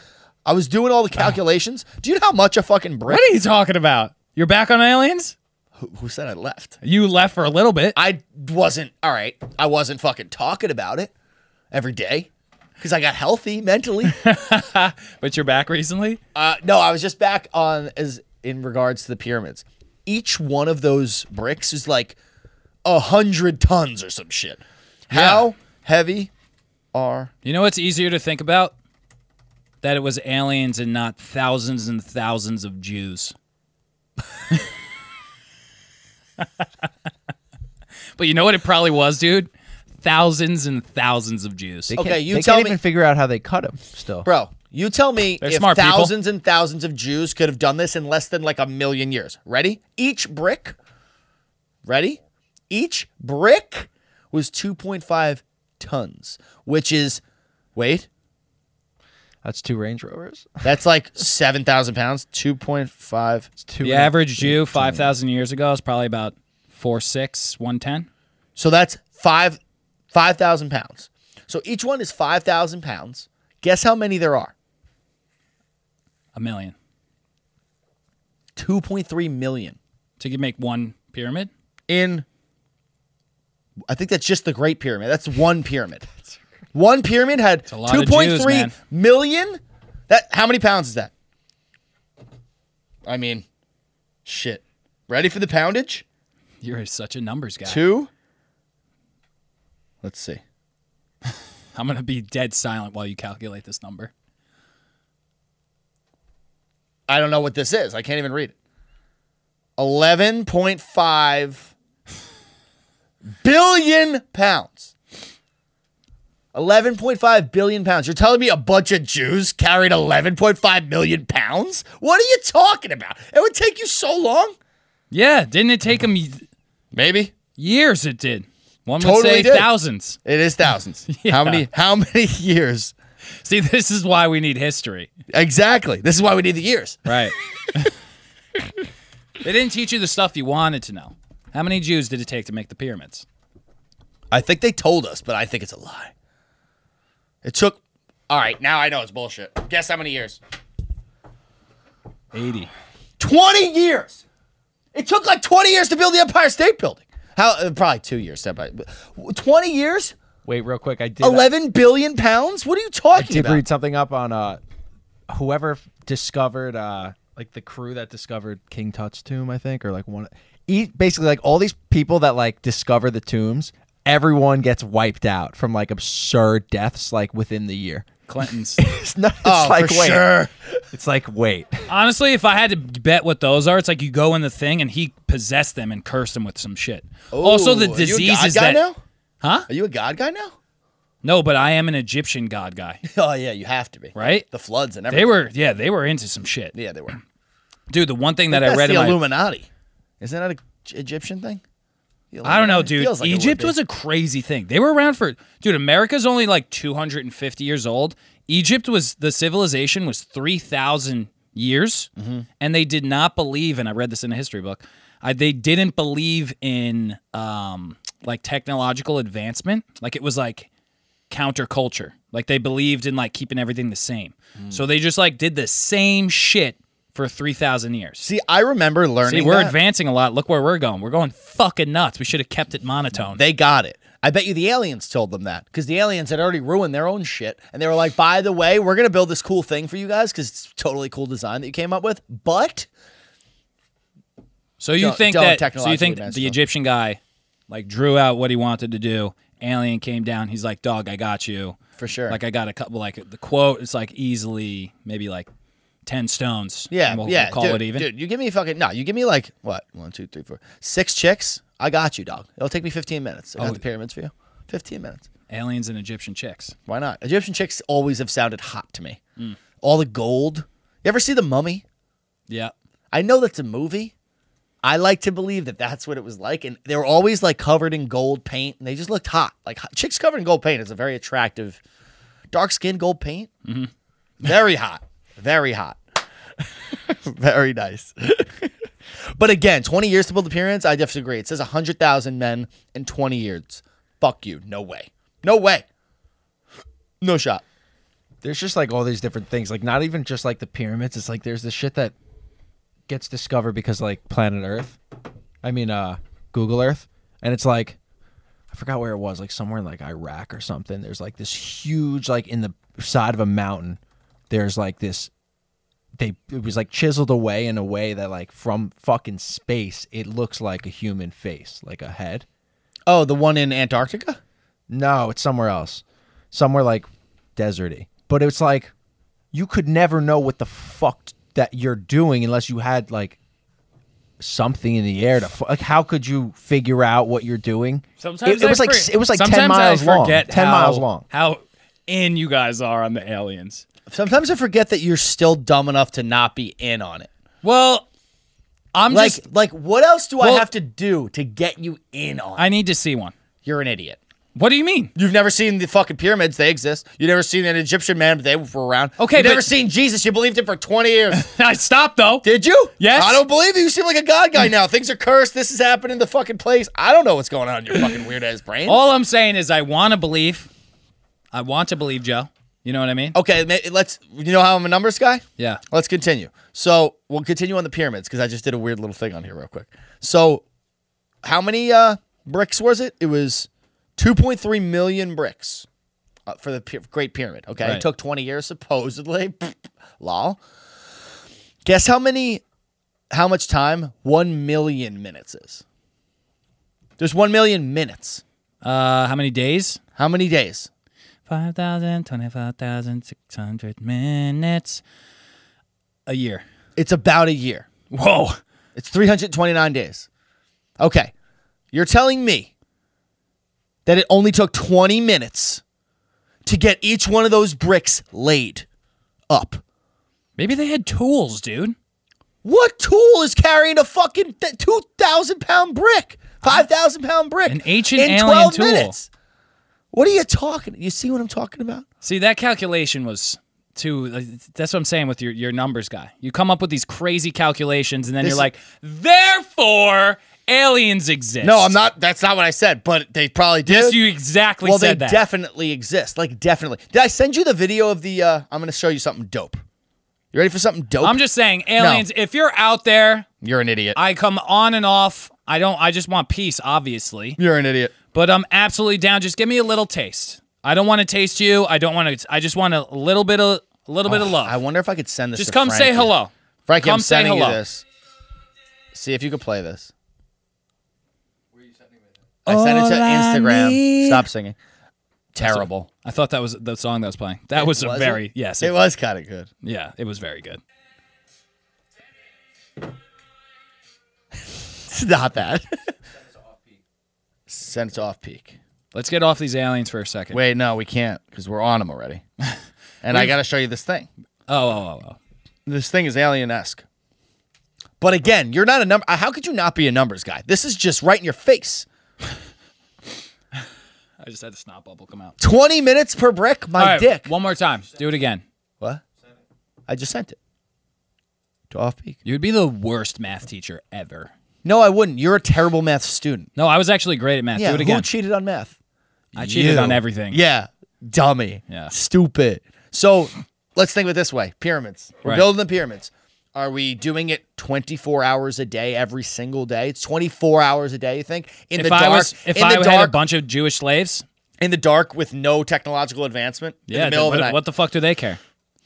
Speaker 1: I was doing
Speaker 2: [SIGHS]
Speaker 1: all the calculations. Do you know how much a fucking brick?
Speaker 2: What are you talking about? You're back on aliens?
Speaker 1: Who said I left?
Speaker 2: You left for a little bit.
Speaker 1: I wasn't all right. I wasn't fucking talking about it every day because I got healthy mentally.
Speaker 2: But you're back recently?
Speaker 1: uh, no, I was just back on as in regards to the pyramids. Each one of those bricks is like a hundred tons or some shit. How heavy are?
Speaker 2: You know what's easier to think about? That it was aliens and not thousands and thousands of Jews. [LAUGHS] but you know what it probably was, dude? Thousands and thousands of Jews. Oh,
Speaker 3: They
Speaker 1: Okay,
Speaker 3: can't-
Speaker 1: you
Speaker 3: they
Speaker 1: tell
Speaker 3: can't
Speaker 1: me-
Speaker 3: even figure out how they cut them. Still,
Speaker 1: Bro, you tell me if
Speaker 2: smart people.
Speaker 1: thousands and thousands of Jews could have done this in less than like a million years. Ready? Each brick, ready? Each brick was 2.5 tons, which is, wait,
Speaker 3: that's two Range Rovers. [LAUGHS]
Speaker 1: that's like [LAUGHS] 7,000 pounds, 2.5.
Speaker 3: It's two.
Speaker 2: The
Speaker 3: Ra-
Speaker 2: average Jew 5,000 years ago is probably about 4'6, 110.
Speaker 1: So that's five, 5,000 pounds. So each one is 5,000 pounds. Guess how many there are?
Speaker 2: A million.
Speaker 1: 2.3 million.
Speaker 2: So you could make one pyramid?
Speaker 1: in I think that's just the Great Pyramid. That's one pyramid. One pyramid had
Speaker 2: a lot of Jews,
Speaker 1: 2.3
Speaker 2: man.
Speaker 1: million. That how many pounds is that? I mean, shit. Ready for the poundage?
Speaker 2: You're such a numbers guy.
Speaker 1: Two. Let's see.
Speaker 2: I'm going to be dead silent while you calculate this number.
Speaker 1: I don't know what this is. I can't even read it. Eleven point five billion pounds. Eleven point five billion pounds. You're telling me a bunch of Jews carried eleven point five million pounds? What are you talking about? It would take you so long.
Speaker 2: Yeah, didn't it take them
Speaker 1: Maybe
Speaker 2: years? It did. One would
Speaker 1: Totally
Speaker 2: say
Speaker 1: did.
Speaker 2: thousands.
Speaker 1: it is thousands. How many? How many [LAUGHS] years?
Speaker 2: See, this is why we need history.
Speaker 1: Exactly. This is why we need the years.
Speaker 2: Right. [LAUGHS] they didn't teach you the stuff you wanted to know. How many Jews did it take to make the pyramids?
Speaker 1: I think they told us, but I think it's a lie. It took. All right, now I know it's bullshit. Guess how many years?
Speaker 2: 80.
Speaker 1: 20 years. It took like 20 years to build the Empire State Building. How uh, probably 2 years step by. 20 years?
Speaker 3: Wait, real quick. I did. uh,
Speaker 1: 11 billion pounds? What are you talking
Speaker 3: did
Speaker 1: about?
Speaker 3: read something up on uh, whoever f- discovered uh, like the crew that discovered King Tut's tomb, I think, or like one. E- basically, like all these people that like discover the tombs, everyone gets wiped out from like absurd deaths like within the year. [LAUGHS]
Speaker 1: [LAUGHS]
Speaker 2: Clinton's.
Speaker 3: It's not. It's
Speaker 1: oh,
Speaker 3: like
Speaker 1: for
Speaker 3: wait.
Speaker 1: sure.
Speaker 3: It's like wait.
Speaker 2: Honestly, if I had to bet what those are, it's like you go in the thing and he possessed them and cursed them with some shit. also, the
Speaker 1: Ooh, are you a
Speaker 2: diseases
Speaker 1: God
Speaker 2: that.
Speaker 1: guy now?
Speaker 2: Huh?
Speaker 1: Are you a god guy now? [LAUGHS]
Speaker 2: No, but I am an Egyptian god guy,
Speaker 1: Oh yeah, you have to be.
Speaker 2: right?
Speaker 1: The floods and
Speaker 2: They
Speaker 1: everything.
Speaker 2: were, yeah, they were into some shit.
Speaker 1: yeah, they were.
Speaker 2: Dude, the one thing that I
Speaker 1: That's
Speaker 2: read
Speaker 1: the
Speaker 2: in my.
Speaker 1: Illuminati. Isn't that an Egyptian thing? The
Speaker 2: I don't know,
Speaker 1: Illuminati?
Speaker 2: dude.
Speaker 1: Feels like it would
Speaker 2: Egypt
Speaker 1: be.
Speaker 2: was a crazy thing. They were around for dude. America's only like 250 years old. Egypt was the civilization was 3,000 years,
Speaker 1: Mm-hmm.
Speaker 2: and they did not believe. And I read this in a history book. I, they didn't believe in um, like technological advancement. Like it was like counterculture. Like they believed in like keeping everything the same.
Speaker 1: Mm.
Speaker 2: So they just like did the same shit for 3,000 years.
Speaker 1: See, I remember learning
Speaker 2: See, we're
Speaker 1: that.
Speaker 2: advancing a lot. Look where we're going. We're going fucking nuts. We should have kept it monotone.
Speaker 1: They got it. I bet you the aliens told them that because the aliens had already ruined their own shit. And they were like, by the way, we're going to build this cool thing for you guys because it's totally cool design that you came up with. But
Speaker 2: so you
Speaker 1: Don't-
Speaker 2: think
Speaker 1: don't
Speaker 2: that? So
Speaker 1: technologically
Speaker 2: you think
Speaker 1: advance
Speaker 2: the
Speaker 1: stuff.
Speaker 2: Egyptian guy, like, drew out what he wanted to do? Alien came down. He's like, "Dog, I got you."
Speaker 1: For sure.
Speaker 2: Like, I got a couple. Like the quote is like easily maybe like ten stones.
Speaker 1: yeah,
Speaker 2: and we'll,
Speaker 1: yeah.
Speaker 2: we'll call
Speaker 1: dude,
Speaker 2: it even.
Speaker 1: Dude, you give me fucking, no, you give me like, what? One, two,
Speaker 2: Oh.
Speaker 1: three, four, six chicks. I got you, dog. It'll take me 15 minutes. I got the pyramids for you. 15 minutes.
Speaker 2: Aliens and Egyptian chicks.
Speaker 1: Why not? Egyptian chicks always have sounded hot to me.
Speaker 2: Mm.
Speaker 1: All the gold. You ever see The Mummy?
Speaker 2: Yeah.
Speaker 1: I know that's a movie. I like to believe that that's what it was like. And they were always like covered in gold paint and they just looked hot. Like hot- chicks covered in gold paint is a very attractive, dark skin gold paint. Very hot. Very hot. very nice. but again, 20 years to build appearance, I disagree. It says 100,000 men in 20 years. Fuck you. No way. No way. No shot.
Speaker 3: There's just like all these different things, like not even just like the pyramids. It's like there's the shit that gets discovered because like planet Earth, I mean uh Google Earth, and it's like I forgot where it was, like somewhere in like Iraq or something. There's like this huge like in the side of a mountain. There's like this they it was like chiseled away in a way that like from fucking space it looks like a human face, like a head.
Speaker 1: Oh, the one in Antarctica?
Speaker 3: No, it's somewhere else. Somewhere like deserty. But it's like you could never know what the fuck that you're doing unless you had like something in the air to fu- like how could you figure out what you're doing?
Speaker 2: Sometimes
Speaker 3: it, it was
Speaker 2: I
Speaker 3: like
Speaker 2: fre-
Speaker 3: s- it was like 10
Speaker 2: sometimes I
Speaker 3: miles long.
Speaker 2: forget
Speaker 3: 10
Speaker 2: how-
Speaker 3: miles long.
Speaker 2: How in you guys are on the aliens?
Speaker 1: Sometimes I forget that you're still dumb enough to not be in on it.
Speaker 2: Well, I'm
Speaker 1: Like,
Speaker 2: just.
Speaker 1: like what else do I
Speaker 2: Well-
Speaker 1: have to do to get you in on? it?
Speaker 2: I need to see one.
Speaker 1: You're an idiot.
Speaker 2: What do you mean?
Speaker 1: You've never seen the fucking pyramids; they exist. You never seen an Egyptian man; but they were around.
Speaker 2: Okay,
Speaker 1: You've never
Speaker 2: but-
Speaker 1: seen Jesus; you believed him for twenty years.
Speaker 2: [LAUGHS] I stopped though.
Speaker 1: [LAUGHS] Did you?
Speaker 2: Yes.
Speaker 1: I don't believe you. You seem like a god [LAUGHS] guy now. Things are cursed. This is happening in the fucking place. I don't know what's going on in your fucking weird ass brain.
Speaker 2: All I'm saying is I want to believe. I want to believe, Joe. You know what I mean?
Speaker 1: Okay, ma- let's. You know how I'm a numbers guy?
Speaker 2: Yeah.
Speaker 1: Let's continue. So we'll continue on the pyramids because I just did a weird little thing on here real quick. So, how many uh, bricks was it? It was 2.3 million bricks uh, for the py- Great Pyramid. Okay, it
Speaker 2: Right.
Speaker 1: took 20 years supposedly. [LAUGHS] Lol. Guess how many? How much time? One million minutes is. There's one million minutes.
Speaker 2: Uh, how many days?
Speaker 1: How many days?
Speaker 2: 5,000, 25,600 minutes. A year.
Speaker 1: It's about a year.
Speaker 2: Whoa.
Speaker 1: It's 329 days. Okay. You're telling me that it only took 20 minutes to get each one of those bricks laid up.
Speaker 2: Maybe they had tools, dude.
Speaker 1: What tool is carrying a fucking th- 2,000 pound brick? 5,000 pound brick?
Speaker 2: An ancient
Speaker 1: in
Speaker 2: alien
Speaker 1: 12
Speaker 2: tool.
Speaker 1: minutes. What are you talking? You see what I'm talking about?
Speaker 2: See, that calculation was too. uh, That's what I'm saying with your, your numbers guy. You come up with these crazy calculations, and then
Speaker 1: This-
Speaker 2: you're like, therefore, aliens exist.
Speaker 1: No, I'm not. That's not what I said, but they probably did.
Speaker 2: Yes, you exactly
Speaker 1: well,
Speaker 2: said
Speaker 1: they
Speaker 2: that.
Speaker 1: definitely exist. Like, definitely. Did I send you the video of the? Uh, I'm going to show you something dope. You ready for something dope?
Speaker 2: I'm just saying, aliens, if you're out there,
Speaker 1: You're an idiot.
Speaker 2: I come on and off. I don't. I just want peace, obviously.
Speaker 1: You're an idiot.
Speaker 2: But I'm absolutely down. Just give me a little taste. I don't want to taste you. I don't want to. I just want a little bit of a little bit of love.
Speaker 1: Oh, I wonder if I could send this.
Speaker 2: just
Speaker 1: to
Speaker 2: come say
Speaker 1: Frankie.
Speaker 2: hello.
Speaker 1: Frankie, I'm
Speaker 2: Come say
Speaker 1: sending you
Speaker 2: hello.
Speaker 1: this. See if you could play this. Where are you sending me? I
Speaker 2: All I
Speaker 1: sent it to Instagram.
Speaker 2: need-
Speaker 1: Stop singing. Terrible.
Speaker 2: I thought that was the song that was playing. That was, a
Speaker 1: Was
Speaker 2: very
Speaker 1: it?
Speaker 2: yes.
Speaker 1: It
Speaker 2: it-
Speaker 1: was kind of good. [LAUGHS]
Speaker 2: Yeah, it was very good.
Speaker 1: It's not [LAUGHS] that. Send it to off peak.
Speaker 2: Let's get off these aliens for a second.
Speaker 1: Wait, no, we can't because we're on them already. [LAUGHS] And I got to show you this thing.
Speaker 2: Oh, oh, oh, oh.
Speaker 1: This thing is alien esque. But again, you're not a number. How could you not be a numbers guy? This is just right in your face.
Speaker 2: I just had the snot bubble come out.
Speaker 1: 20 minutes per brick, my
Speaker 2: All right,
Speaker 1: dick.
Speaker 2: One more time. Do it again.
Speaker 1: What? I just sent it. To off peak.
Speaker 2: You would be the worst math teacher ever.
Speaker 1: No, I wouldn't. You're a terrible math student.
Speaker 2: No, I was actually great at math.
Speaker 1: Yeah,
Speaker 2: Do it again.
Speaker 1: who cheated on math?
Speaker 2: I cheated
Speaker 1: You.
Speaker 2: on everything.
Speaker 1: Yeah, dummy.
Speaker 2: Yeah.
Speaker 1: Stupid. So let's think of it this way pyramids. We're
Speaker 2: Right.
Speaker 1: building the pyramids. Are we doing it 24 hours a day every single day? It's 24 hours a day, you think? In
Speaker 2: If
Speaker 1: the
Speaker 2: I
Speaker 1: dark,
Speaker 2: was, if
Speaker 1: in
Speaker 2: I
Speaker 1: the
Speaker 2: had a
Speaker 1: dark,
Speaker 2: bunch of Jewish slaves,
Speaker 1: in the dark with no technological advancement in
Speaker 2: yeah,
Speaker 1: the middle
Speaker 2: what,
Speaker 1: of the night.
Speaker 2: what the fuck do they care?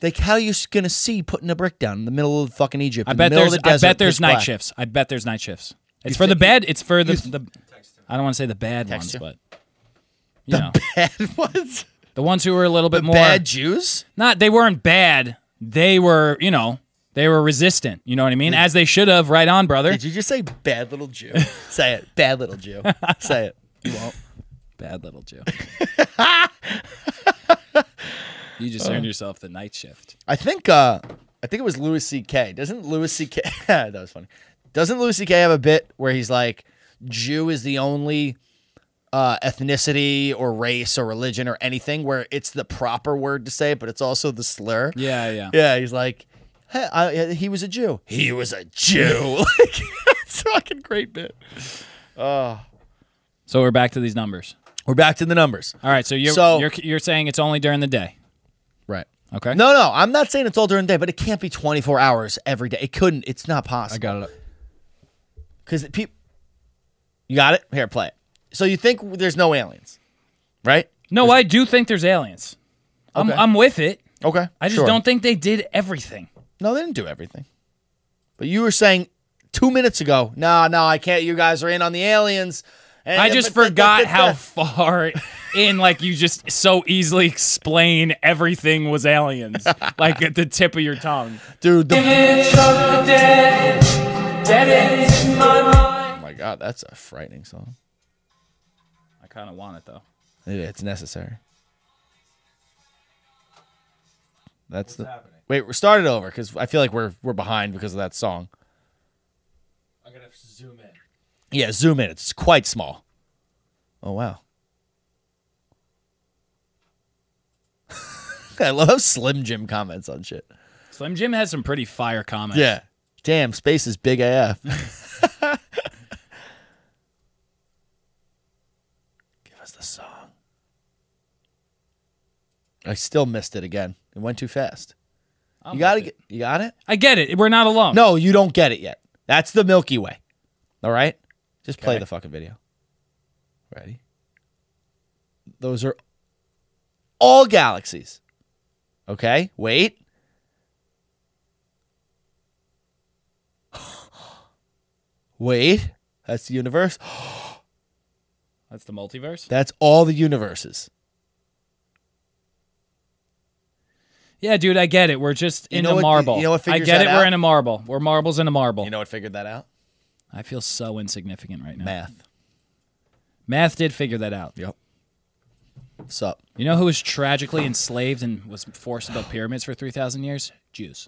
Speaker 1: like how you going to see putting a brick down in the middle of fucking Egypt?
Speaker 2: I
Speaker 1: in
Speaker 2: bet
Speaker 1: the middle
Speaker 2: there's
Speaker 1: of the desert,
Speaker 2: I bet there's
Speaker 1: pitch
Speaker 2: night
Speaker 1: black?
Speaker 2: shifts. I bet there's night shifts. It's for the bed. It's for the, the I don't want to say the bad ones,
Speaker 1: you.
Speaker 2: but you know
Speaker 1: [LAUGHS] Bad ones?
Speaker 2: the ones who were a little bit more
Speaker 1: Bad Jews?
Speaker 2: not they weren't bad. They were you know they were resistant. You know what I mean? As they should have. Right on, brother. [LAUGHS]
Speaker 1: Did you just say bad little Jew? say it. Bad little Jew. Say it. You won't.
Speaker 2: Bad
Speaker 1: [LAUGHS]
Speaker 2: little joke. you just
Speaker 1: Uh.
Speaker 2: earned yourself the night shift.
Speaker 1: I think uh I think it was Louis C.K. Doesn't Louis C.K. [LAUGHS] that was funny. Doesn't Louis C.K. have a bit where he's like, Jew is the only uh, ethnicity or race or religion or anything where it's the proper word to say, but it's also the slur.
Speaker 2: Yeah, yeah.
Speaker 1: Yeah, he's like, hey, I, uh, he was a Jew. He was a Jew. [LAUGHS] like, it's a fucking great bit.
Speaker 2: So we're back to these numbers.
Speaker 1: We're back to the numbers.
Speaker 2: All right. So you're
Speaker 1: So-
Speaker 2: you're you're saying it's only during the day.
Speaker 1: Right.
Speaker 2: Okay.
Speaker 1: No, no, I'm not saying it's all during the day, but it can't be 24 hours every day. It couldn't. It's not possible.
Speaker 3: I got it.
Speaker 1: Because people, you got it. Here, play it. So you think there's no aliens, right?
Speaker 2: No, I do think there's aliens. I'm
Speaker 1: Okay.
Speaker 2: I'm with it.
Speaker 1: Okay.
Speaker 2: I just
Speaker 1: sure.
Speaker 2: don't think they did everything.
Speaker 1: No, they didn't do everything. But you were saying two minutes ago, no, no, I can't. You guys are in on the aliens. And-
Speaker 2: I just
Speaker 1: but- but-
Speaker 2: forgot
Speaker 1: but-
Speaker 2: how
Speaker 1: but-
Speaker 2: far [LAUGHS] in, like, you just so easily explain everything
Speaker 1: [LAUGHS]
Speaker 2: was aliens, like at the tip of your tongue.
Speaker 1: dude. The, oh my god, that's a frightening song.
Speaker 2: I kind of want it though.
Speaker 1: It's necessary. That's the. Wait, we're started over because I feel like we're we're behind because of that song.
Speaker 2: I'm gonna zoom in.
Speaker 1: Yeah, zoom in. It's quite small. Oh wow. [LAUGHS] I love how Slim Jim comments on shit.
Speaker 2: Slim Jim has some pretty fire comments.
Speaker 1: Yeah. Damn, space is big
Speaker 2: [LAUGHS]
Speaker 1: AF. Give us the song. I still missed it again. It went too fast.
Speaker 2: I'm
Speaker 1: You gotta
Speaker 2: with
Speaker 1: get
Speaker 2: it.
Speaker 1: you got it?
Speaker 2: I get it. We're not alone.
Speaker 1: No, you don't get it yet. That's the Milky Way. All right? Just play
Speaker 2: Okay.
Speaker 1: the fucking video. Ready? Those are all galaxies. Okay? Wait. [GASPS] Wait. That's the universe.
Speaker 2: that's the multiverse.
Speaker 1: That's all the universes.
Speaker 2: Yeah, dude, I get it. We're just
Speaker 1: You
Speaker 2: in
Speaker 1: know
Speaker 2: a
Speaker 1: what-
Speaker 2: marble.
Speaker 1: you know what
Speaker 2: I
Speaker 1: figures
Speaker 2: get
Speaker 1: that
Speaker 2: it. We're
Speaker 1: out?
Speaker 2: in a marble. We're marbles in a marble.
Speaker 1: You know what figured that out?
Speaker 2: I feel so insignificant right now.
Speaker 1: Math.
Speaker 2: Math did figure that out.
Speaker 1: Yep. What's up?
Speaker 2: You know who was tragically enslaved and was forced to build pyramids for 3,000 years? Jews.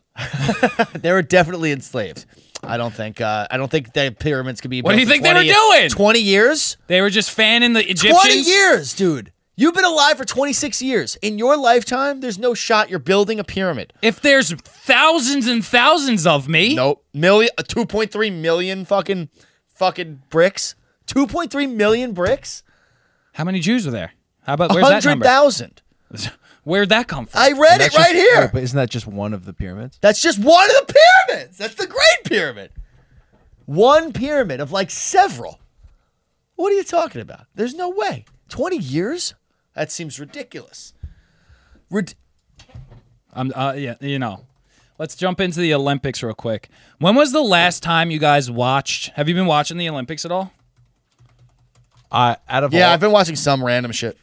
Speaker 1: [LAUGHS] They were definitely enslaved. I don't think. Uh, I don't think the pyramids could be.
Speaker 2: What
Speaker 1: built
Speaker 2: do you
Speaker 1: in
Speaker 2: think they were
Speaker 1: 20
Speaker 2: doing?
Speaker 1: Twenty years.
Speaker 2: They were just fanning the Egyptians.
Speaker 1: Twenty years, dude. You've been alive for twenty six years. In your lifetime, there's no shot you're building a pyramid.
Speaker 2: If there's thousands and thousands of me,
Speaker 1: Nope. Million. Two point three million fucking, fucking bricks. Two point three million bricks.
Speaker 2: how many Jews are there? How about where's that
Speaker 1: Hundred
Speaker 2: number?
Speaker 1: thousand.
Speaker 2: Where'd that come from?
Speaker 1: I read it
Speaker 3: That's
Speaker 1: right
Speaker 3: just-
Speaker 1: here.
Speaker 3: wait, but isn't that just one of the pyramids?
Speaker 1: That's just one of the pyramids. That's the Great Pyramid. One pyramid of like several. What are you talking about? There's no way. 20 years? That seems ridiculous. Rid-
Speaker 2: I'm, uh, yeah, you know. Let's jump into the Olympics real quick. When was the last time you guys watched? Have you been watching the Olympics at all?
Speaker 3: Uh, out of
Speaker 2: Oh.
Speaker 1: yeah,
Speaker 3: all,
Speaker 1: I've been watching some random shit.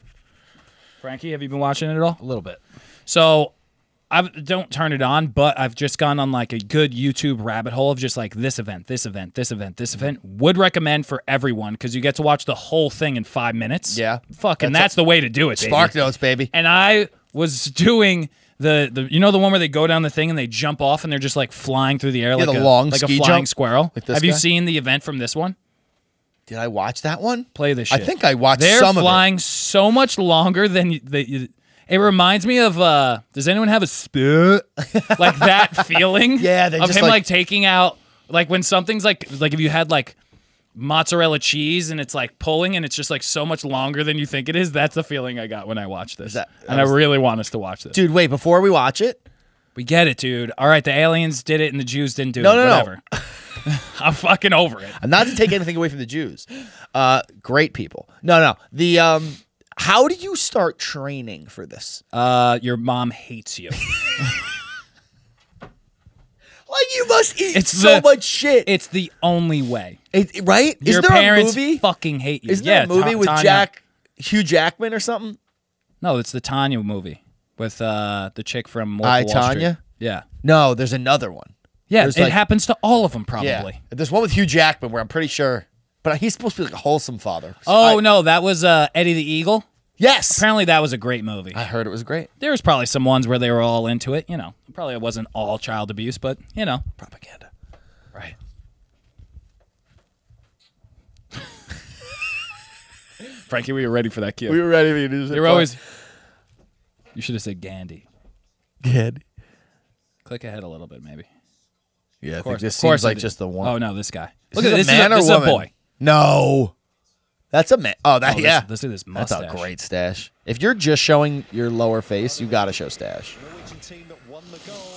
Speaker 2: Frankie, have you been watching it at all?
Speaker 3: a little bit.
Speaker 2: So I don't turn it on, but I've just gone on like a good YouTube rabbit hole of just like this event, this event, this event,
Speaker 1: Mm-hmm.
Speaker 2: this event. Would recommend for everyone because you get to watch the whole thing in five minutes.
Speaker 1: Yeah.
Speaker 2: fucking that's,
Speaker 1: That's
Speaker 2: the way to do it. baby.
Speaker 1: Spark notes, baby.
Speaker 2: And I was doing. The, the you know the one where they go down the thing and they jump off and they're just like flying through the air like
Speaker 1: the
Speaker 2: a
Speaker 1: long
Speaker 2: like
Speaker 1: ski
Speaker 2: a flying
Speaker 1: jump?
Speaker 2: squirrel.
Speaker 1: Like this
Speaker 2: Have you
Speaker 1: guy?
Speaker 2: seen the event from this one?
Speaker 1: Did I watch that one?
Speaker 2: Play this
Speaker 1: I
Speaker 2: shit.
Speaker 1: think I watched
Speaker 2: They're
Speaker 1: some
Speaker 2: flying so much longer than y- that. you- It reminds me of. uh Does anyone have a spit?
Speaker 1: [LAUGHS]
Speaker 2: like that feeling?
Speaker 1: Yeah, they
Speaker 2: of
Speaker 1: just
Speaker 2: him like,
Speaker 1: like-
Speaker 2: taking out like when something's like like if you had like mozzarella cheese and it's like pulling and it's just like so much longer than you think it is. That's the feeling I got when I watched this,
Speaker 1: that- that
Speaker 2: and I
Speaker 1: was-
Speaker 2: really want us to watch this.
Speaker 1: of it. Dude, wait, before we watch it,
Speaker 2: We get it, dude. All right, the aliens did it and the Jews didn't do
Speaker 1: No,
Speaker 2: it.
Speaker 1: no, no.
Speaker 2: Whatever. [LAUGHS] I'm fucking over
Speaker 1: [LAUGHS]
Speaker 2: it.
Speaker 1: not to take anything away from the Jews. Uh, great people. No, no. The um how do you start training for this?
Speaker 2: Uh, your mom
Speaker 1: [LAUGHS]
Speaker 2: hates you.
Speaker 1: Like you must eat
Speaker 2: It's
Speaker 1: so
Speaker 2: the-
Speaker 1: much shit.
Speaker 2: it's the only way.
Speaker 1: It- right?
Speaker 2: Your
Speaker 1: Is there
Speaker 2: parents
Speaker 1: a movie?
Speaker 2: fucking hate you.
Speaker 1: Isn't there
Speaker 2: yeah,
Speaker 1: a movie
Speaker 2: Ta-
Speaker 1: with
Speaker 2: Tanya-
Speaker 1: Jack Hugh Jackman or something?
Speaker 2: No, it's the Tanya movie with uh, the chick from Wolf
Speaker 1: I,
Speaker 2: of Wall
Speaker 1: Tanya?
Speaker 2: Street. Yeah,
Speaker 1: No, there's another one.
Speaker 2: yeah.
Speaker 1: There's
Speaker 2: it
Speaker 1: like-
Speaker 2: happens to all of them, probably.
Speaker 1: Yeah. There's one with Hugh Jackman where I'm pretty sure But he's supposed to be like a wholesome father. So
Speaker 2: Oh
Speaker 1: I-
Speaker 2: no, that was uh, Eddie the Eagle.
Speaker 1: yes.
Speaker 2: Apparently, that was a great movie.
Speaker 1: I heard it was great.
Speaker 2: There was probably some ones where they were all into it. You know, probably it wasn't all child abuse, but you know,
Speaker 1: Propaganda.
Speaker 2: right. [LAUGHS] Frankie, we were ready for that kid.
Speaker 1: We were ready for you to
Speaker 2: You're always. You should have said Gandhi.
Speaker 1: good.
Speaker 2: Click ahead a little bit, maybe.
Speaker 1: Yeah, I
Speaker 2: Of course,
Speaker 1: think this
Speaker 2: of course
Speaker 1: seems
Speaker 2: it
Speaker 1: like
Speaker 2: did.
Speaker 1: just the one.
Speaker 2: Oh no, this guy.
Speaker 1: Is
Speaker 2: Look
Speaker 1: this
Speaker 2: at this.
Speaker 1: a man
Speaker 2: this is
Speaker 1: or
Speaker 2: a,
Speaker 1: woman?
Speaker 2: this is a boy.
Speaker 1: No, that's a man. Oh, that
Speaker 2: Oh, this-
Speaker 1: yeah.
Speaker 2: Let's do this
Speaker 1: that's
Speaker 2: mustache.
Speaker 1: a great stash. If you're just showing your lower face, you gotta show stash.
Speaker 4: Norwegian team that won the gold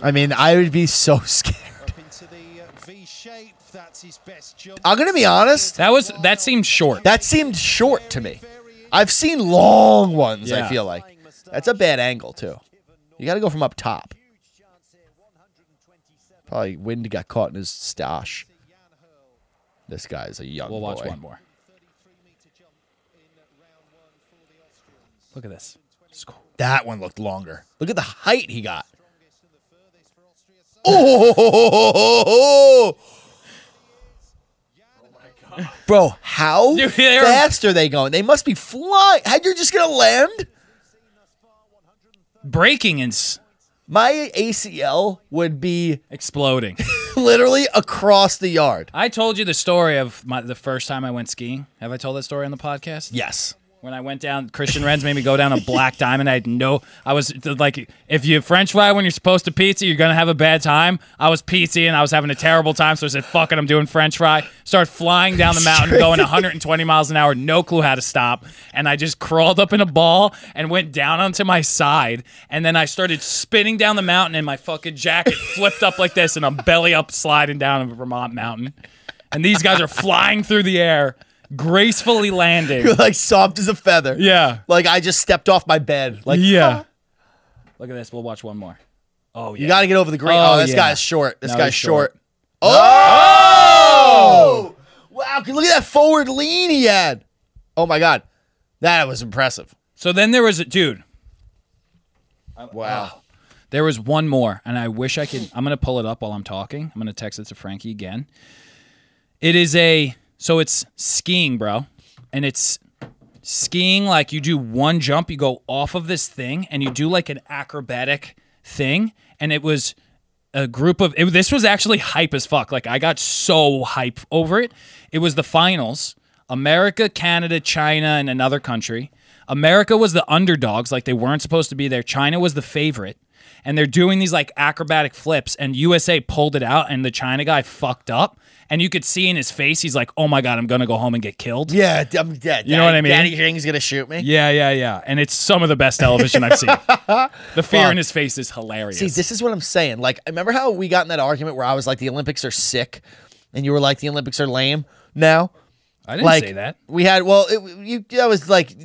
Speaker 1: I mean, I would be so [LAUGHS] scared.
Speaker 4: up into the uh, V shape. That's his best jump.
Speaker 1: I'm gonna be honest.
Speaker 2: That was that seemed short.
Speaker 1: That seemed short to me. I've seen long ones. I
Speaker 2: Yeah.
Speaker 1: feel like that's a bad angle too. You gotta go from up top. Probably wind got caught in his stash. This guy's a young
Speaker 2: we'll watch
Speaker 1: boy.
Speaker 2: one more. Look at this. Score.
Speaker 1: That one looked longer. Look at the height he got. Oh, bro! How
Speaker 2: Dude, they're-
Speaker 1: fast are they going? They must be flying. How you're just gonna land?
Speaker 2: Breaking and s-
Speaker 1: My ACL would be [LAUGHS]
Speaker 2: exploding.
Speaker 1: literally across the yard.
Speaker 2: I told you the story of my, the first time I went skiing. Have I told that story on the podcast?
Speaker 1: Yes. [LAUGHS]
Speaker 2: When I went down, Christian Renz made me go down a black diamond. I had no, I was like, if you French fry when you're supposed to pizza, you're gonna have a bad time. I was pizzy and I was having a terrible time, so I said, "Fuck it, I'm doing French fry." Start flying down the mountain, going 120 miles an hour, no clue how to stop, and I just crawled up in a ball and went down onto my side, and then I started spinning down the mountain, and my fucking jacket flipped up like this, and I'm belly up sliding down a Vermont mountain, and these guys are flying through the air, gracefully landing.
Speaker 1: You're [LAUGHS] like soft as a feather.
Speaker 2: Yeah.
Speaker 1: Like I just stepped off my bed. Like
Speaker 2: Yeah. Look at this. We'll watch one more. Oh yeah.
Speaker 1: you got to get over the green.
Speaker 2: Oh,
Speaker 1: Oh, this
Speaker 2: yeah.
Speaker 1: guy's short. This
Speaker 2: No,
Speaker 1: guy's
Speaker 2: he's short.
Speaker 1: short. Oh! Wow! Look at that forward lean he had. Oh my god, that was impressive.
Speaker 2: so then there was a dude.
Speaker 1: Wow.
Speaker 2: There was one more, and I wish I could. I'm gonna pull it up while I'm talking. I'm gonna text it to Frankie again. It is a so it's skiing, bro, and it's skiing like you do one jump, you go off of this thing, and you do like an acrobatic thing, and it was a group of it, this was actually hype as fuck. Like I got so hype over it. It was the finals: America, Canada, China, and another country. America was the underdogs, like they weren't supposed to be there. China was the favorite, and they're doing these like acrobatic flips. And USA pulled it out, and the China guy fucked up. And you could see in his face, he's like, "Oh my god, I'm gonna go home and get killed."
Speaker 1: Yeah, d- I'm dead.
Speaker 2: You know what I mean?
Speaker 1: Daddy Jing's gonna shoot me.
Speaker 2: Yeah, yeah, yeah. And it's some of the best television
Speaker 1: [LAUGHS]
Speaker 2: I've seen. The fear
Speaker 1: Wow.
Speaker 2: in his face is hilarious.
Speaker 1: See, this is what I'm saying. Like, I remember how we got in that argument where I was like, the Olympics are sick, and you were like, the Olympics are lame. Now,
Speaker 2: I didn't
Speaker 1: like
Speaker 2: say that.
Speaker 1: we had, well, it, you that was like,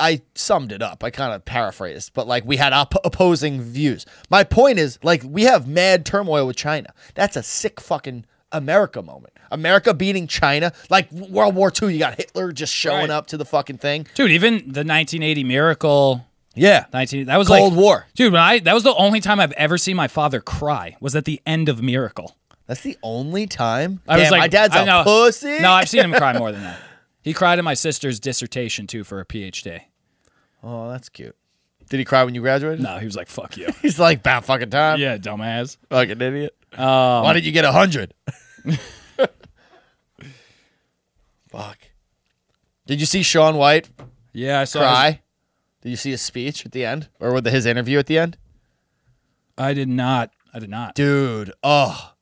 Speaker 1: I summed it up. I kind of paraphrased, but like we had op- opposing views. My point is, like, we have mad turmoil with China. That's a sick fucking America moment. America beating China, like World War II. You got Hitler just showing
Speaker 2: Right.
Speaker 1: up to the fucking thing.
Speaker 2: Dude, even the 1980 miracle
Speaker 1: Yeah,
Speaker 2: 19 that was
Speaker 1: Cold
Speaker 2: like,
Speaker 1: War.
Speaker 2: Dude, when I that was the only time I've ever seen my father cry was at the end of Miracle.
Speaker 1: that's the only time.
Speaker 2: I was
Speaker 1: Damn,
Speaker 2: like
Speaker 1: my dad's
Speaker 2: I
Speaker 1: a
Speaker 2: know-
Speaker 1: pussy.
Speaker 2: No, I've seen
Speaker 1: [LAUGHS]
Speaker 2: him cry more than that. He cried in my sister's dissertation too for a PhD.
Speaker 1: oh, that's cute. Did he cry when you graduated?
Speaker 2: No, he was like, fuck you.
Speaker 1: [LAUGHS] He's like, about fucking time.
Speaker 2: [LAUGHS] yeah, dumbass.
Speaker 1: Fucking idiot. Why didn't you get a hundred? [LAUGHS] Fuck. Did you see Sean White
Speaker 2: Yeah, I saw his-
Speaker 1: cry? Did you see his speech at the end, or with his interview at the end?
Speaker 2: I did not. I did not.
Speaker 1: Dude, oh,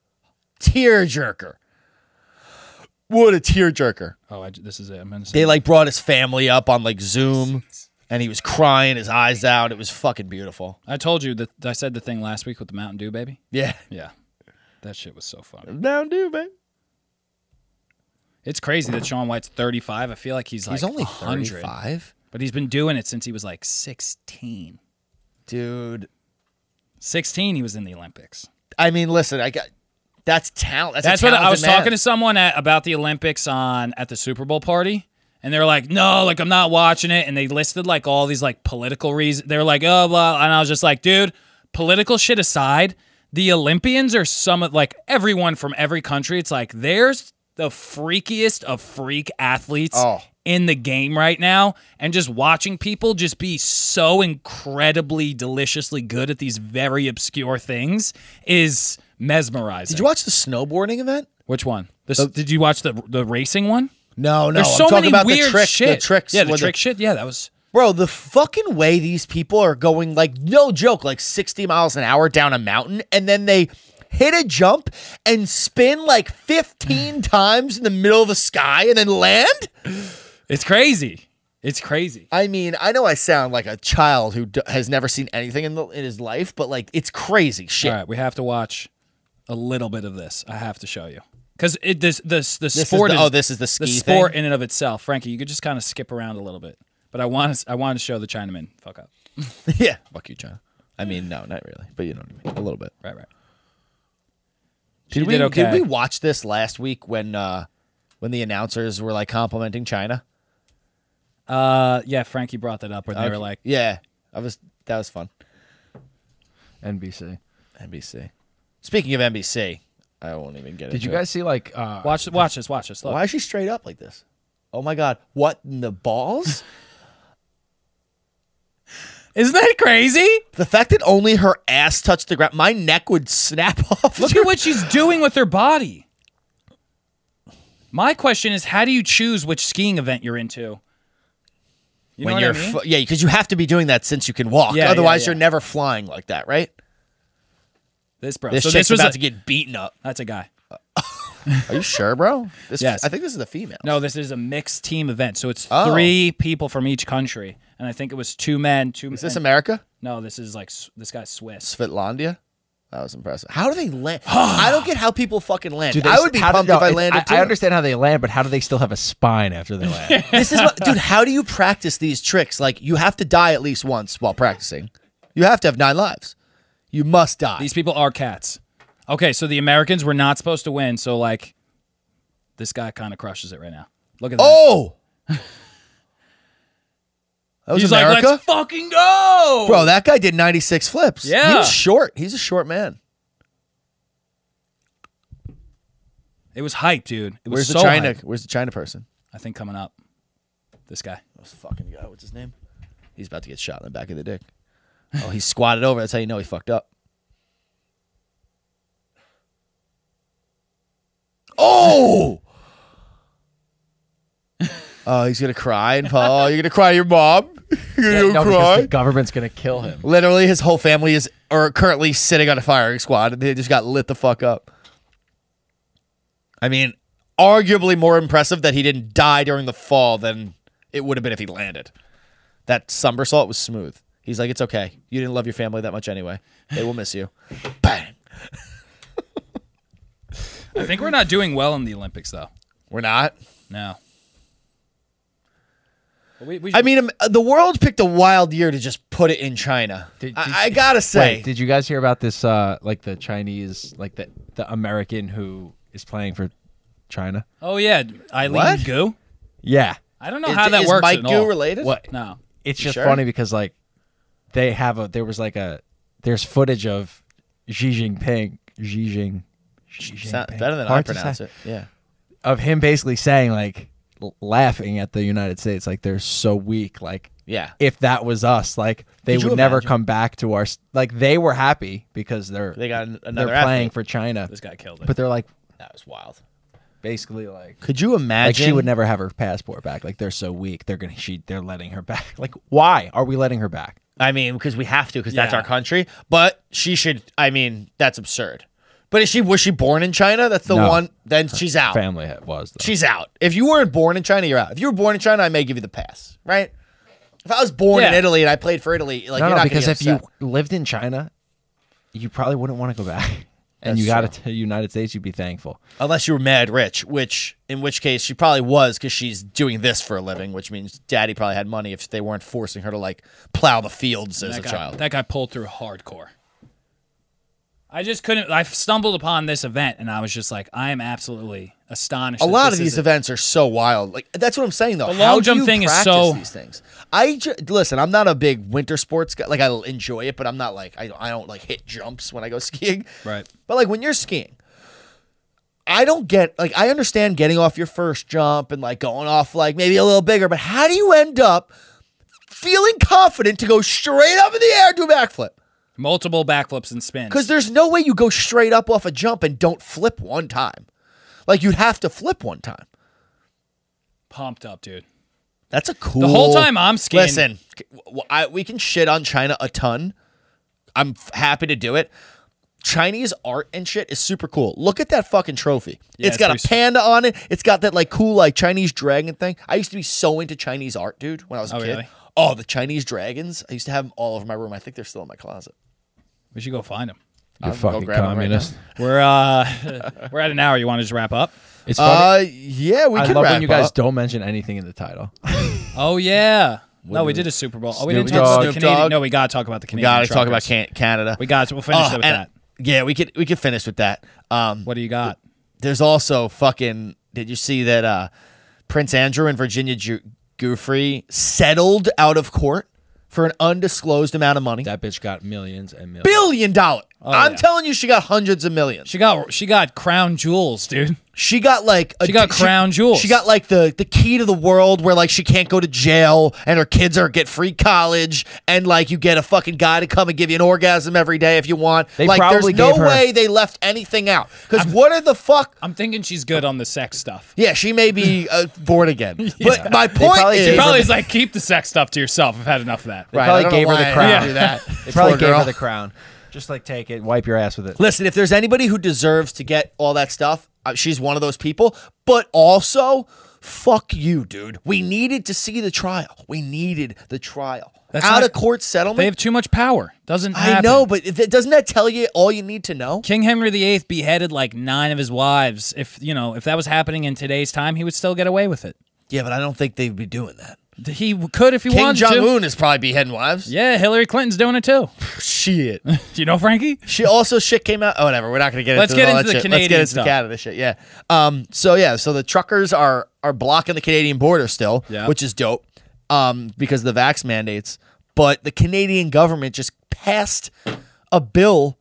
Speaker 1: tearjerker. What a tearjerker.
Speaker 2: Oh, I, this is it. I'm gonna say
Speaker 1: They like brought his family up on like Zoom, and he was crying his eyes out. It was fucking beautiful.
Speaker 2: I told you that I said the thing last week with the Mountain Dew baby.
Speaker 1: Yeah.
Speaker 2: Yeah. That shit was so fun.
Speaker 1: Down, do, babe.
Speaker 2: It's crazy that Sean White's 35. I feel like he's like
Speaker 1: He's only
Speaker 2: 100,
Speaker 1: 35.
Speaker 2: but he's been doing it since he was like 16.
Speaker 1: Dude,
Speaker 2: 16, he was in the Olympics.
Speaker 1: I mean, listen, I got that's talent. That's, a
Speaker 2: That's what I
Speaker 1: talented
Speaker 2: was
Speaker 1: man.
Speaker 2: talking to someone at, about the Olympics on at the Super Bowl party, and they're like, "No, like I'm not watching it," and they listed like all these like political reasons. They're like, "Oh, blah," and I was just like, "Dude, political shit aside, the Olympians are some of like everyone from every country. It's like there's the freakiest of freak athletes
Speaker 1: Oh.
Speaker 2: in the game right now and just watching people just be so incredibly deliciously good at these very obscure things is mesmerizing.
Speaker 1: Did you watch the snowboarding event?
Speaker 2: Which one? The, s did you watch the the racing one?
Speaker 1: No, no.
Speaker 2: There's
Speaker 1: I'm
Speaker 2: so
Speaker 1: talking
Speaker 2: many
Speaker 1: about
Speaker 2: weird
Speaker 1: the trick,
Speaker 2: shit.
Speaker 1: The tricks.
Speaker 2: yeah, the
Speaker 1: with
Speaker 2: trick shit. Yeah, that was.
Speaker 1: Bro, the fucking way these people are going, like, no joke, like 60 miles an hour down a mountain, and then they hit a jump and spin like
Speaker 2: [SIGHS]
Speaker 1: 15 times in the middle of the sky and then land?
Speaker 2: It's crazy. It's crazy.
Speaker 1: I mean, I know I sound like a child who d- has never seen anything in, the, in his life, but like, it's crazy shit.
Speaker 2: All right, we have to watch a little bit of this. I have to show you because it this this the
Speaker 1: This is
Speaker 2: sport
Speaker 1: the-
Speaker 2: is,
Speaker 1: oh, this is the ski
Speaker 2: sport
Speaker 1: thing?
Speaker 2: in and of itself. Frankie, you could just kind of skip around a little bit, but I want to I want to show the Chinaman. Fuck up.
Speaker 1: yeah. Fuck you, China. I mean, no, not really, but you know what I mean. A little bit.
Speaker 2: Right, right. She
Speaker 1: Did we
Speaker 2: did okay.
Speaker 1: did we watch this last week when uh when the announcers were like complimenting China?
Speaker 2: Uh, yeah, Frankie brought that up where they
Speaker 1: Okay.
Speaker 2: were like,
Speaker 1: yeah, I was that was fun.
Speaker 3: NBC.
Speaker 1: NBC. Speaking of NBC, I won't even get.
Speaker 3: Did
Speaker 1: into
Speaker 3: you
Speaker 1: it.
Speaker 3: guys see like uh,
Speaker 2: watch watch this, watch this. Look,
Speaker 1: Why is she straight up like this? Oh my God! What in the balls? [LAUGHS]
Speaker 2: isn't that crazy?
Speaker 1: the fact that only her ass touched the ground, my neck would snap [LAUGHS] off.
Speaker 2: Look at what she's doing with her body. My question is, how do you choose which skiing event you're into? You
Speaker 1: when
Speaker 2: know what
Speaker 1: you're
Speaker 2: I mean?
Speaker 1: fu- yeah, because you have to be doing that since you can walk.
Speaker 2: Yeah, yeah,
Speaker 1: Otherwise,
Speaker 2: yeah.
Speaker 1: you're never flying like that, right?
Speaker 2: this bro.
Speaker 1: This
Speaker 2: so
Speaker 1: chick's
Speaker 2: this was
Speaker 1: about
Speaker 2: a-
Speaker 1: to get beaten up.
Speaker 2: that's a guy.
Speaker 1: Are you sure, bro? This,
Speaker 2: Yes.
Speaker 1: I think this is the female.
Speaker 2: No, this is a mixed team event. So it's
Speaker 1: Oh.
Speaker 2: three people from each country, and I think it was two men. Two.
Speaker 1: is this
Speaker 2: and-
Speaker 1: America?
Speaker 2: No, this is like S- this guy's Swiss.
Speaker 1: Svitlandia. That was impressive. How do they
Speaker 2: [SIGHS]
Speaker 1: land? I don't get how people fucking land.
Speaker 3: do they-
Speaker 1: I would be
Speaker 3: how do-
Speaker 1: pumped
Speaker 3: no,
Speaker 1: if I landed.
Speaker 3: I,
Speaker 1: too.
Speaker 3: I understand how they land, but how do they still have a spine after they [LAUGHS] land?
Speaker 1: This is, what,
Speaker 2: [LAUGHS]
Speaker 1: dude. How do you practice these tricks? Like you have to die at least once while practicing. You have to have nine lives. You must die.
Speaker 2: These people are cats. Okay, so the Americans were not supposed to win. So like, this guy kind of crushes it right now. Look at that. [LAUGHS]
Speaker 1: oh, that was
Speaker 2: He's
Speaker 1: America,
Speaker 2: like, let's fucking go,
Speaker 1: bro. That guy did ninety six flips.
Speaker 2: Yeah.
Speaker 1: he was short. He's a short man.
Speaker 2: It was hype, dude. It was
Speaker 1: Where's
Speaker 2: so
Speaker 1: the China?
Speaker 2: hype.
Speaker 1: Where's the China person?
Speaker 2: I think coming up, this guy.
Speaker 1: This fucking guy. What's his name? He's about to get shot in the back of the dick. Oh, he's squatted over. That's how you know he fucked up.
Speaker 3: [LAUGHS]
Speaker 1: Oh. Oh, he's gonna cry and oh, you're gonna cry to your mom. [LAUGHS] You're
Speaker 3: Yeah,
Speaker 1: gonna
Speaker 3: no, because
Speaker 1: cry.
Speaker 3: the government's gonna kill him.
Speaker 1: Literally, his whole family is or currently sitting on a firing squad, and they just got lit the fuck up. I mean, arguably more impressive that he didn't die during the fall than it would have been if he landed. That somersault was smooth. He's like, it's okay. You didn't love your family that much anyway. They will miss
Speaker 3: [LAUGHS]
Speaker 1: you. Bang.
Speaker 2: I think we're not doing well in the Olympics though.
Speaker 1: We're not.
Speaker 2: No. We, we
Speaker 1: I mean, um, the world picked a wild year to just put it in China.
Speaker 3: Did- did-
Speaker 1: I, I gotta say,
Speaker 3: Wait, did you guys hear about this? Uh, like the Chinese, like the the American who is playing for China.
Speaker 2: oh yeah, Eileen
Speaker 1: What?
Speaker 2: Gu.
Speaker 3: Yeah.
Speaker 2: I don't know
Speaker 1: is,
Speaker 2: how that
Speaker 1: is
Speaker 2: works
Speaker 1: Mike
Speaker 2: at
Speaker 1: Gu
Speaker 2: all.
Speaker 1: related?
Speaker 3: What?
Speaker 2: No.
Speaker 3: It's
Speaker 1: You
Speaker 3: just
Speaker 1: sure?
Speaker 3: funny because like they have a there was like a there's footage of Xi Jinping Xi Jing Xi
Speaker 1: Sound-
Speaker 3: Jinping.
Speaker 1: better than
Speaker 3: Hard
Speaker 1: I
Speaker 3: to
Speaker 1: pronounce
Speaker 3: say.
Speaker 1: it. Yeah.
Speaker 3: of him basically saying like l- laughing at the United States like they're so weak like
Speaker 1: Yeah.
Speaker 3: if that was us like they
Speaker 1: Could you
Speaker 3: would never
Speaker 1: imagine?
Speaker 3: come back to our s- like they were happy because they're
Speaker 1: They got an-
Speaker 3: they're
Speaker 1: another
Speaker 3: playing
Speaker 1: athlete.
Speaker 3: for China
Speaker 2: This guy killed it.
Speaker 3: but they're like
Speaker 1: That was wild.
Speaker 3: basically like
Speaker 1: Could you imagine?
Speaker 3: like she would never have her passport back like they're so weak they're gonna she they're letting her back [LAUGHS] like why are we letting her back
Speaker 1: I mean, because we have to, because that's
Speaker 2: Yeah.
Speaker 1: our country. But she should. I mean, that's absurd. But is she was she born in China? That's the
Speaker 3: No.
Speaker 1: one. Then she's out.
Speaker 3: family ha- was though.
Speaker 1: She's out. If you weren't born in China, you're out. If you were born in China, I may give you the pass, right? If I was born in
Speaker 2: Yeah.
Speaker 1: Italy and I played for Italy, like
Speaker 3: no
Speaker 1: you're
Speaker 3: no
Speaker 1: not
Speaker 3: because
Speaker 1: gonna
Speaker 3: if you
Speaker 1: get upset.
Speaker 3: lived in China you probably wouldn't want to go back [LAUGHS] and
Speaker 1: That's
Speaker 3: you got to the United States you'd be thankful
Speaker 1: unless you were mad rich, which in which case she probably was, because she's doing this for a living, which means daddy probably had money if they weren't forcing her to like plow the fields as
Speaker 2: that
Speaker 1: a
Speaker 2: guy,
Speaker 1: child.
Speaker 2: That guy pulled through hardcore. I just couldn't. I stumbled upon this event and I was just like, I am absolutely astonished.
Speaker 1: a
Speaker 2: that
Speaker 1: lot
Speaker 2: this
Speaker 1: of these
Speaker 2: is
Speaker 1: events are so wild. Like that's what I'm saying though.
Speaker 2: The
Speaker 1: How
Speaker 2: long
Speaker 1: do
Speaker 2: jump
Speaker 1: you
Speaker 2: thing is
Speaker 1: practice
Speaker 2: so-
Speaker 1: these things. I ju- listen. I'm not a big winter sports guy. Like I enjoy it, but I'm not like I don't, I don't like hit jumps when I go [LAUGHS] skiing.
Speaker 2: Right.
Speaker 1: But like when you're skiing, I don't get like I understand getting off your first jump and like going off like maybe a little bigger, but how do you end up feeling confident to go straight up in the air and do a backflip?
Speaker 2: Multiple backflips and spins.
Speaker 1: Because there's no way you go straight up off a jump and don't flip one time. Like you'd have to flip one time.
Speaker 2: pumped up, dude.
Speaker 1: That's a cool.
Speaker 2: whole time I'm skiing-
Speaker 1: Listen, c- w- I- we can shit on China a ton. I'm f- happy to do it. Chinese art and shit is super cool. Look at that fucking trophy. it's
Speaker 2: it's
Speaker 1: got
Speaker 2: pretty
Speaker 1: a
Speaker 2: s-
Speaker 1: panda on it. It's got that like cool like Chinese dragon thing. I used to be so into Chinese art, dude, when I was a
Speaker 2: Oh,
Speaker 1: kid.
Speaker 2: really?
Speaker 1: Oh, the Chinese dragons. I used to have them all over my room. I think they're still in my closet.
Speaker 2: We should go find him.
Speaker 3: You're
Speaker 1: gonna go
Speaker 3: fucking
Speaker 1: grab 'em right
Speaker 3: communist.
Speaker 2: We're uh, [LAUGHS] we're at an hour. You want to just wrap up?
Speaker 3: it's funny.
Speaker 1: Uh, yeah, we
Speaker 3: I
Speaker 1: can
Speaker 3: love
Speaker 1: wrap
Speaker 3: when you guys
Speaker 1: up.
Speaker 3: don't mention anything in the title.
Speaker 2: Oh yeah. No, we did a Super Bowl. Oh, we didn't
Speaker 3: Snoop
Speaker 2: talk about the
Speaker 1: Dogg.
Speaker 2: Canadian.
Speaker 1: Snoop Dogg.
Speaker 2: No, we gotta talk about the Canadian.
Speaker 1: Gotta talk
Speaker 2: truckers.
Speaker 1: about can- Canada.
Speaker 2: We got. We'll finish
Speaker 1: Oh,
Speaker 2: it with
Speaker 1: and-
Speaker 2: that.
Speaker 1: Yeah, we could we could finish with that. Um,
Speaker 2: What do you got?
Speaker 1: there's also fucking did you see that uh prince andrew and virginia Ju- goofrey settled out of court for an undisclosed amount of money
Speaker 3: That bitch got millions and millions.
Speaker 1: billion dollar i'm
Speaker 2: Oh, yeah.
Speaker 1: telling you she got hundreds of millions
Speaker 2: She got she got crown jewels, dude.
Speaker 1: she got like a,
Speaker 2: She got crown jewels.
Speaker 1: she got like the the key to the world where like she can't go to jail and her kids are get free college and like you get a fucking guy to come and give you an orgasm every day if you want
Speaker 3: They
Speaker 1: like
Speaker 3: probably
Speaker 1: there's no
Speaker 3: gave her-
Speaker 1: way they left anything out because what are the fuck
Speaker 2: I'm thinking she's good on the sex stuff.
Speaker 1: yeah, she may
Speaker 2: [LAUGHS]
Speaker 1: be uh, born again. But my point
Speaker 3: probably
Speaker 1: is,
Speaker 3: gave her
Speaker 2: Probably is like keep the sex stuff to yourself. I've had enough of that.
Speaker 3: Right. probably
Speaker 1: I don't know
Speaker 3: gave her
Speaker 1: why
Speaker 3: the
Speaker 1: I
Speaker 3: crown.
Speaker 1: had to do that.
Speaker 3: They [LAUGHS] probably
Speaker 1: Poor
Speaker 3: gave
Speaker 1: girl.
Speaker 3: her the crown. Just like take it, wipe your ass with it.
Speaker 1: Listen, if there's anybody who deserves to get all that stuff, uh, she's one of those people. But also, fuck you, dude. We needed to see the trial. We needed the trial.
Speaker 2: That's
Speaker 1: Out
Speaker 2: not-
Speaker 1: of court settlement.
Speaker 2: They have too much power. Doesn't
Speaker 1: I
Speaker 2: happen.
Speaker 1: know, but th- doesn't that tell you all you need to know?
Speaker 2: King Henry VIII beheaded like nine of his wives. If you know, if that was happening in today's time, he would still get away with it.
Speaker 1: Yeah, but I don't think they'd be doing that.
Speaker 2: He could if he
Speaker 1: King
Speaker 2: wanted
Speaker 1: Jong
Speaker 2: to.
Speaker 1: Un is probably beheading wives.
Speaker 2: Yeah, Hillary Clinton's doing it too.
Speaker 1: Shit.
Speaker 2: Do you know Frankie?
Speaker 1: She also shit came out. Oh, whatever. We're not gonna get
Speaker 2: Let's
Speaker 1: into
Speaker 2: get
Speaker 1: all
Speaker 2: into
Speaker 1: that
Speaker 2: the
Speaker 1: shit. Let's get
Speaker 2: Canadian
Speaker 1: into
Speaker 2: stuff.
Speaker 1: the Canada shit. Yeah. Um. So yeah. So the truckers are are blocking the Canadian border still,
Speaker 2: Yeah.
Speaker 1: which is dope. Um, because of the vax mandates, but the Canadian government just passed a bill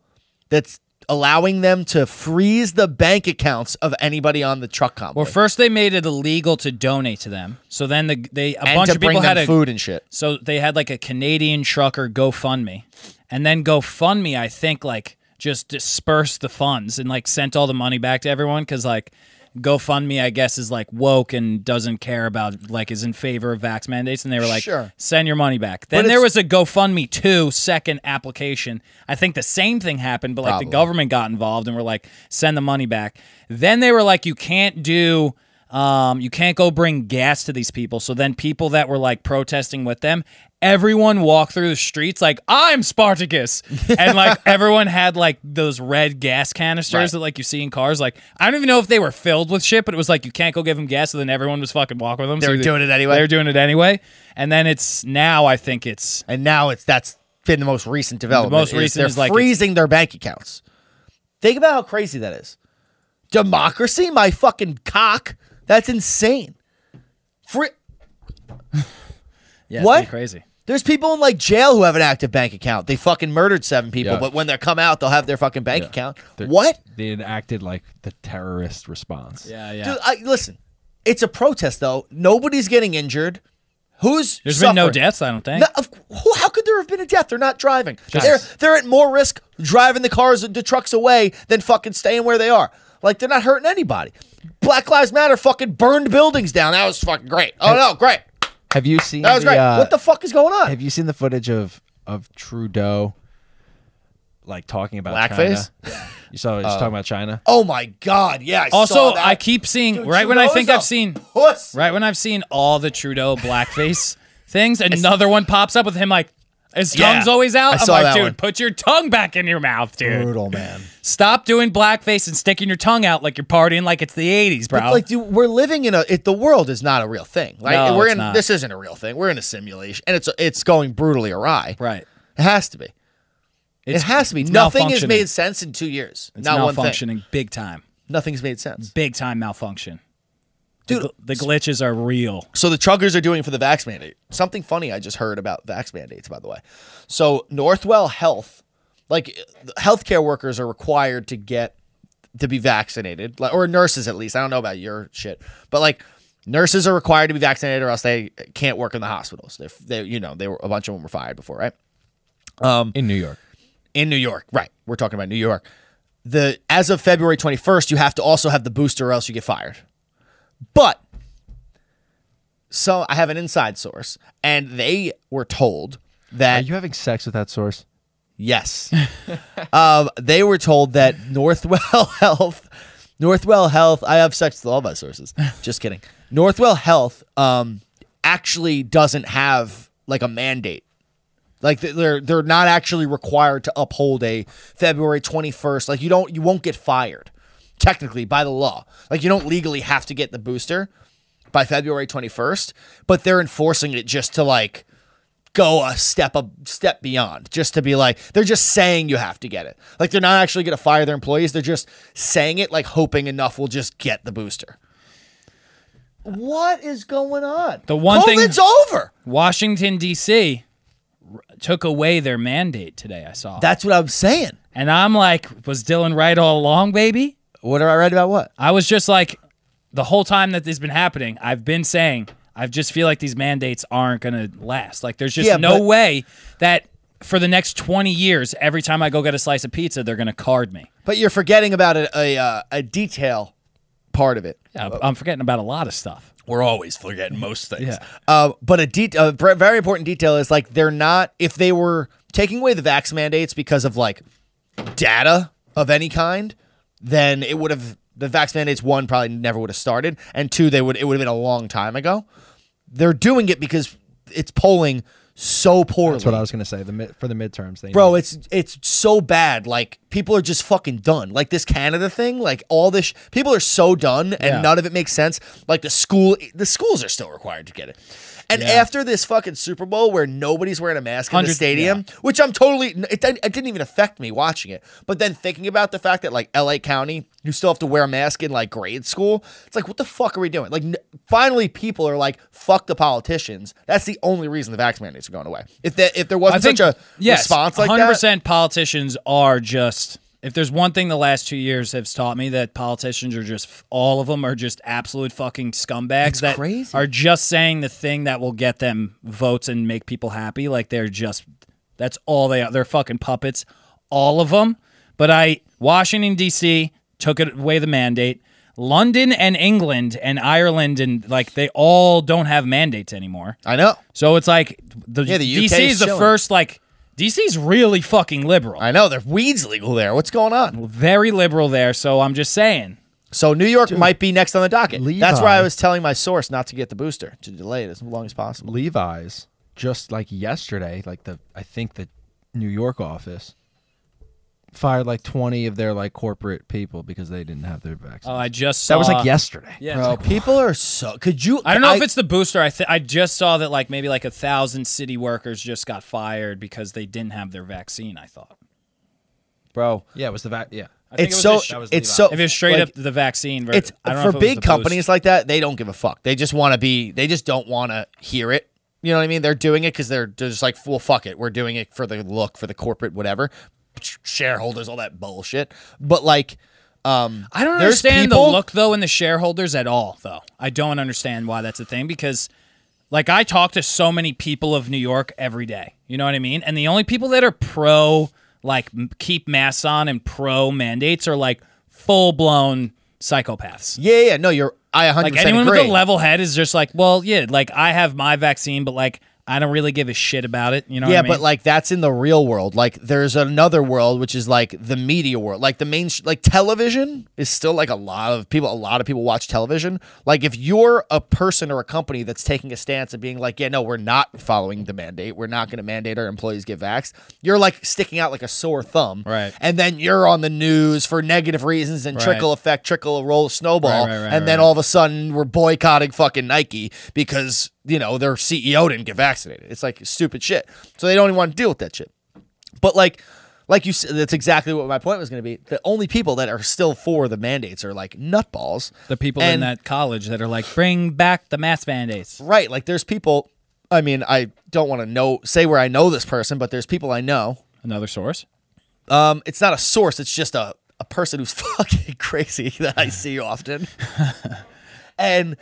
Speaker 1: that's allowing them to freeze the bank accounts of anybody on the truck convoy
Speaker 2: Well, first they made it illegal to donate to them. So then the, they a
Speaker 1: and
Speaker 2: bunch
Speaker 1: to
Speaker 2: of people
Speaker 1: bring
Speaker 2: had
Speaker 1: them
Speaker 2: a
Speaker 1: food and shit.
Speaker 2: so they had like a Canadian trucker GoFundMe, and then GoFundMe I think like just dispersed the funds and like sent all the money back to everyone because like GoFundMe I guess is like woke and doesn't care about like is in favor of vax mandates, and they were like
Speaker 1: Sure.
Speaker 2: send your money back. Then
Speaker 1: But
Speaker 2: there
Speaker 1: it's-
Speaker 2: was a GoFundMe two second application. I think the same thing happened, but like the
Speaker 1: Probably.
Speaker 2: government got involved and were like send the money back. Then they were like you can't do um, you can't go bring gas to these people. So then people that were like protesting with them, everyone walked through the streets like I'm
Speaker 1: [LAUGHS]
Speaker 2: Spartacus, and like everyone had like those red gas canisters that like you see in cars. Like I don't even know if they were filled with shit, but it was like you can't go give them gas. So then everyone was fucking walking with them. so
Speaker 1: were doing it anyway.
Speaker 2: They were doing it anyway, and then it's now I think it's
Speaker 1: And now it's that's been the most recent development.
Speaker 2: most recent
Speaker 1: they're
Speaker 2: is, like,
Speaker 1: freezing their bank accounts. Think about how crazy that is. Democracy, my fucking cock. That's insane. Free-
Speaker 2: yeah,
Speaker 1: it's What? pretty
Speaker 2: crazy.
Speaker 1: There's people in like jail who have an active bank account. They fucking murdered seven people,
Speaker 3: Yeah.
Speaker 1: but when they come out, they'll have their fucking bank account.
Speaker 3: They're-
Speaker 1: what?
Speaker 3: They enacted like the terrorist response.
Speaker 2: Yeah, yeah.
Speaker 1: Dude, I, listen, it's a protest though. Nobody's getting injured. Who's
Speaker 2: There's
Speaker 1: suffering?
Speaker 2: been no deaths, I don't think.
Speaker 1: No, of, who, how could there have been a death? They're not driving.
Speaker 2: Just-
Speaker 1: They're they're at more risk driving the cars the trucks away than fucking staying where they are. Like they're not hurting anybody. Black Lives Matter fucking burned buildings down. That was fucking great. Oh no, great.
Speaker 3: Have you seen
Speaker 1: That was
Speaker 3: the,
Speaker 1: great.
Speaker 3: uh,
Speaker 1: what the fuck is going on?
Speaker 3: Have you seen the footage of of Trudeau like talking about
Speaker 1: Blackface?
Speaker 3: China? You saw he's talking about China.
Speaker 1: oh my god. Yeah. I saw
Speaker 2: also,
Speaker 1: that.
Speaker 2: I keep seeing
Speaker 1: Dude,
Speaker 2: right when I
Speaker 1: Trudeau's
Speaker 2: think
Speaker 1: a [LAUGHS]
Speaker 2: I've seen
Speaker 1: puss.
Speaker 2: right when I've seen all the Trudeau
Speaker 1: [LAUGHS]
Speaker 2: blackface things, another one pops up with him like his
Speaker 1: Yeah.
Speaker 2: tongue's always out.
Speaker 1: I
Speaker 2: am
Speaker 1: saw
Speaker 2: like,
Speaker 1: that
Speaker 2: dude,
Speaker 1: one.
Speaker 2: put your tongue back in your mouth, dude.
Speaker 1: Brutal man.
Speaker 2: Stop doing blackface and sticking your tongue out like you're partying like it's the 80s, bro.
Speaker 1: But like, dude, we're living in a. It, the world is not a real thing. Like,
Speaker 2: No,
Speaker 1: we're
Speaker 2: it's
Speaker 1: in.
Speaker 2: not.
Speaker 1: This isn't a real thing. We're in a simulation, and it's it's going brutally awry.
Speaker 2: right.
Speaker 1: It has to be.
Speaker 2: It's-
Speaker 1: it has to be.
Speaker 2: it's
Speaker 1: Nothing has
Speaker 2: malfunctioning.
Speaker 1: made sense in two years.
Speaker 2: It's
Speaker 1: not one thing.
Speaker 2: malfunctioning big time.
Speaker 1: Nothing's made sense.
Speaker 2: Big time malfunction.
Speaker 1: Dude,
Speaker 2: The, gl- the glitches are real.
Speaker 1: So the truckers are doing for the vax mandate. Something funny I just heard about vax mandates, by the way. So Northwell Health, like uh, healthcare workers are required to get to be vaccinated, like, or nurses at least. I don't know about your shit, but like nurses are required to be vaccinated or else they can't work in the hospitals. They, they you know, they were a bunch of them were fired before, right? Um,
Speaker 3: in New York.
Speaker 1: in New York. Right. We're talking about New York. The as of February 21st, you have to also have the booster or else you get fired. But so I have an inside source and they were told
Speaker 3: Are
Speaker 1: that
Speaker 3: you having sex with that source?
Speaker 1: yes. [LAUGHS] um, they were told that Northwell [LAUGHS] Health Northwell Health I have sex with all my sources. Just kidding. Northwell Health um, actually doesn't have like a mandate like th- they're they're not actually required to uphold a February 21st. Like you don't you won't get fired technically by the law. Like you don't legally have to get the booster by February 21st, but they're enforcing it just to like go a step a step beyond just to be like they're just saying you have to get it. Like they're not actually going to fire their employees. They're just saying it like hoping enough will just get the booster. What is going on?
Speaker 2: The one thing-
Speaker 1: COVID's over.
Speaker 2: Washington D.C. r- took away their mandate today. I saw,
Speaker 1: That's what I'm saying.
Speaker 2: and I'm like, was Dylan right all along, baby?
Speaker 1: What am I right about? What?
Speaker 2: I was just like, the whole time that this has been happening, I've been saying, I just feel like these mandates aren't gonna last. Like, there's just
Speaker 1: Yeah,
Speaker 2: no
Speaker 1: but-
Speaker 2: way that for the next 20 years, every time I go get a slice of pizza, they're gonna card me.
Speaker 1: But you're forgetting about a a, uh, a detail part of it.
Speaker 2: Yeah, I'm forgetting about a lot of stuff.
Speaker 1: We're always forgetting most things.
Speaker 2: Yeah.
Speaker 1: Uh, but a, de- a br- very important detail is like they're not if they were taking away the vax mandates because of like data of any kind, then it would have the vax mandates one probably never would have started, and two they would it would have been a long time ago. They're doing it because it's polling so poorly.
Speaker 3: That's what I was gonna say. The mid, for the midterms, they
Speaker 1: bro it's it's so bad like people are just fucking done like this canada thing like all this sh- people are so done and
Speaker 2: Yeah.
Speaker 1: none of it makes sense like the school the schools are still required to get it and after this fucking super bowl where nobody's wearing a mask in the
Speaker 2: Hundred-
Speaker 1: stadium which i'm totally it, didn't- it didn't even affect me watching it but then thinking about the fact that like la county you still have to wear a mask in like grade school it's like what the fuck are we doing like n- finally people are like fuck the politicians that's the only reason the vax mandates are going away if that if there wasn't such a
Speaker 2: yes,
Speaker 1: response like that
Speaker 2: 100% politicians are just if there's one thing the last 2 years has taught me that politicians are just all of them are just absolute fucking scumbags that
Speaker 1: crazy.
Speaker 2: are just saying the thing that will get them votes and make people happy like they're just that's all they are. They're fucking puppets all of them. But I Washington DC took it away the mandate. London and England and Ireland and like they all don't have mandates anymore.
Speaker 1: I know.
Speaker 2: So it's like the,
Speaker 1: Yeah, the UK
Speaker 2: DC
Speaker 1: is
Speaker 2: is the
Speaker 1: chilling.
Speaker 2: first like DC's really fucking liberal.
Speaker 1: I know. Their weed's legal there. What's going on?
Speaker 2: Very liberal there, so I'm just saying.
Speaker 1: So New York might be next on the docket.
Speaker 3: Levi-
Speaker 1: That's why I was telling my source not to get the booster to delay it as long as possible.
Speaker 3: Levi's just like yesterday, like the I think the New York office fired like twenty of their like corporate people because they didn't have their vaccine.
Speaker 2: Oh, I just saw
Speaker 3: that was like yesterday.
Speaker 2: Yeah.
Speaker 1: Bro, people are so. Could you?
Speaker 2: I don't know if it's the booster. I th- I just saw that like maybe like a thousand city workers just got fired because they didn't have their vaccine. I thought
Speaker 1: bro.
Speaker 3: Yeah, it was the vac. Yeah,
Speaker 2: think
Speaker 1: It's
Speaker 2: it was
Speaker 1: so.
Speaker 2: just- that was
Speaker 1: It's
Speaker 3: Levi.
Speaker 1: so.
Speaker 2: if it's straight
Speaker 1: like,
Speaker 2: up the vaccine. ver-
Speaker 1: It's
Speaker 2: I don't know
Speaker 1: for
Speaker 2: if it was
Speaker 1: big
Speaker 2: the boost.
Speaker 1: companies like that. They don't give a fuck. They just want to be. They just don't want to hear it. You know what I mean? They're doing it because they're, they're just like, well, fuck it. We're doing it for the look, for the corporate, whatever, shareholders, all that bullshit. But like, um,
Speaker 2: I don't
Speaker 1: there's
Speaker 2: understand
Speaker 1: people-
Speaker 2: the look though in the shareholders at all though. I don't understand why that's a thing because like I talk to so many people of New York every day. You know what I mean? And the only people that are pro like m- keep masks on and pro mandates are like full-blown psychopaths.
Speaker 1: Yeah, yeah, no, you're. I 100
Speaker 2: Like
Speaker 1: percent
Speaker 2: anyone
Speaker 1: agree.
Speaker 2: with a level head is just like, well, yeah, like I have my vaccine but like I don't really give a shit about it, you know
Speaker 1: yeah,
Speaker 2: what I mean?
Speaker 1: but like that's in the real world. Like there's another world which is like the media world. Like the main like television is still like a lot of people a lot of people watch television. Like if you're a person or a company that's taking a stance and being like, "Yeah, no, we're not following the mandate. We're not going to mandate our employees get vaxxed." You're like sticking out like a sore thumb.
Speaker 2: Right.
Speaker 1: And then you're on the news for negative reasons and
Speaker 2: Right.
Speaker 1: trickle effect, trickle roll snowball,
Speaker 2: Right, right, right,
Speaker 1: and then
Speaker 2: right.
Speaker 1: all of a sudden we're boycotting fucking Nike because you know their CEO didn't get vaccinated. It's like stupid shit. So they don't even want to deal with that shit. But like, like you said, that's exactly what my point was going to be. The only people that are still for the mandates are like nutballs.
Speaker 2: the people in
Speaker 1: and-
Speaker 2: that college that are like, bring back the mask mandates.
Speaker 1: Right. Like there's people. I mean, I don't want to know say where I know this person, but there's people I know.
Speaker 2: Another source.
Speaker 1: Um, it's not a source. It's just a a person who's [LAUGHS] fucking crazy that I see often. and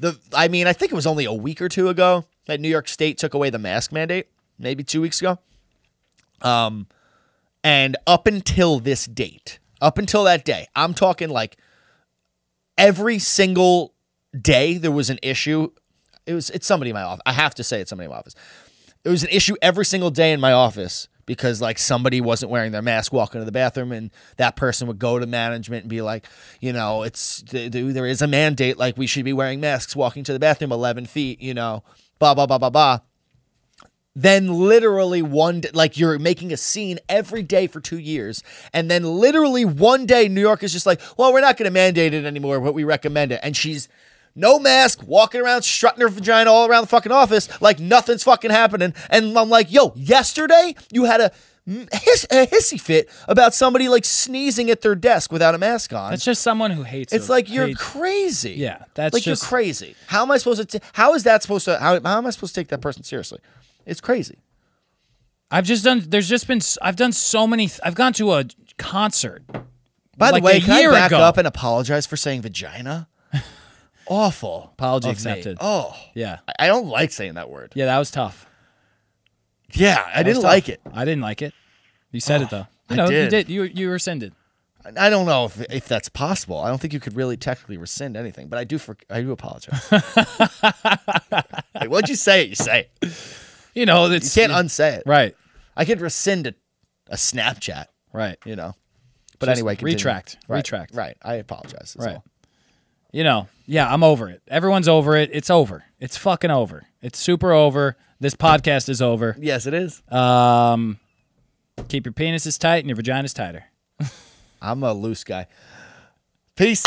Speaker 1: the I mean, I think it was only a week or two ago that New York State took away the mask mandate, maybe 2 weeks ago. Um and up until this date, up until that day, I'm talking like every single day there was an issue. It was it's somebody in my office. I have to say it's somebody in my office. It was an issue every single day in my office because like somebody wasn't wearing their mask walking to the bathroom and that person would go to management and be like, you know, it's th- th- there is a mandate like we should be wearing masks walking to the bathroom 11 feet, you know, blah blah blah blah blah. Then literally one day, like you're making a scene every day for two years, and then literally one day New York is just like, well, we're not going to mandate it anymore, but we recommend it, and she's no mask, walking around, strutting her vagina all around the fucking office like nothing's fucking happening, and I'm like, yo, yesterday you had a. Hiss, a hissy fit about somebody like sneezing at their desk without a mask on.
Speaker 2: That's just someone who hates.
Speaker 1: It's
Speaker 2: a-
Speaker 1: like you're
Speaker 2: hates-
Speaker 1: crazy.
Speaker 2: Yeah, that's
Speaker 1: like
Speaker 2: just-
Speaker 1: you're crazy. How am I supposed to? T- how is that supposed to? How, how am I supposed to take that person seriously? It's crazy.
Speaker 2: I've just done. There's just been. s- I've done so many. th- I've gone to a concert.
Speaker 1: By
Speaker 2: Like
Speaker 1: the way,
Speaker 2: a
Speaker 1: can I
Speaker 2: year
Speaker 1: back
Speaker 2: ago.
Speaker 1: up and apologize for saying
Speaker 2: [LAUGHS]
Speaker 1: vagina? Awful.
Speaker 2: Apology
Speaker 1: of me.
Speaker 2: accepted.
Speaker 1: Oh,
Speaker 2: Yeah,
Speaker 1: I- I don't like saying that word.
Speaker 2: yeah, that was tough.
Speaker 1: Yeah, I
Speaker 2: That was
Speaker 1: didn't
Speaker 2: tough.
Speaker 1: like it.
Speaker 2: I didn't like it. You said it though.
Speaker 1: I
Speaker 2: You know,
Speaker 1: did.
Speaker 2: you Oh, did. You you rescinded.
Speaker 1: I- I don't know if, if that's possible. I don't think you could really technically rescind anything, but I do. For, I do
Speaker 2: [LAUGHS]
Speaker 1: apologize. like, once you say it, you say it.
Speaker 2: You know,
Speaker 1: You
Speaker 2: it's
Speaker 1: can't unsay it.
Speaker 2: right,
Speaker 1: I could rescind a, a Snapchat.
Speaker 2: right.
Speaker 1: you know. But
Speaker 2: Just
Speaker 1: anyway, continue.
Speaker 2: retract,
Speaker 1: Right,
Speaker 2: retract.
Speaker 1: Right. I apologize.
Speaker 2: Right.
Speaker 1: Right.
Speaker 2: You know, yeah, I'm over it. Everyone's over it. It's over. It's fucking over. It's super over. This podcast is over.
Speaker 1: Yes, it is.
Speaker 2: Um, keep your penises tight and your vaginas tighter.
Speaker 1: I'm a loose guy. Peace.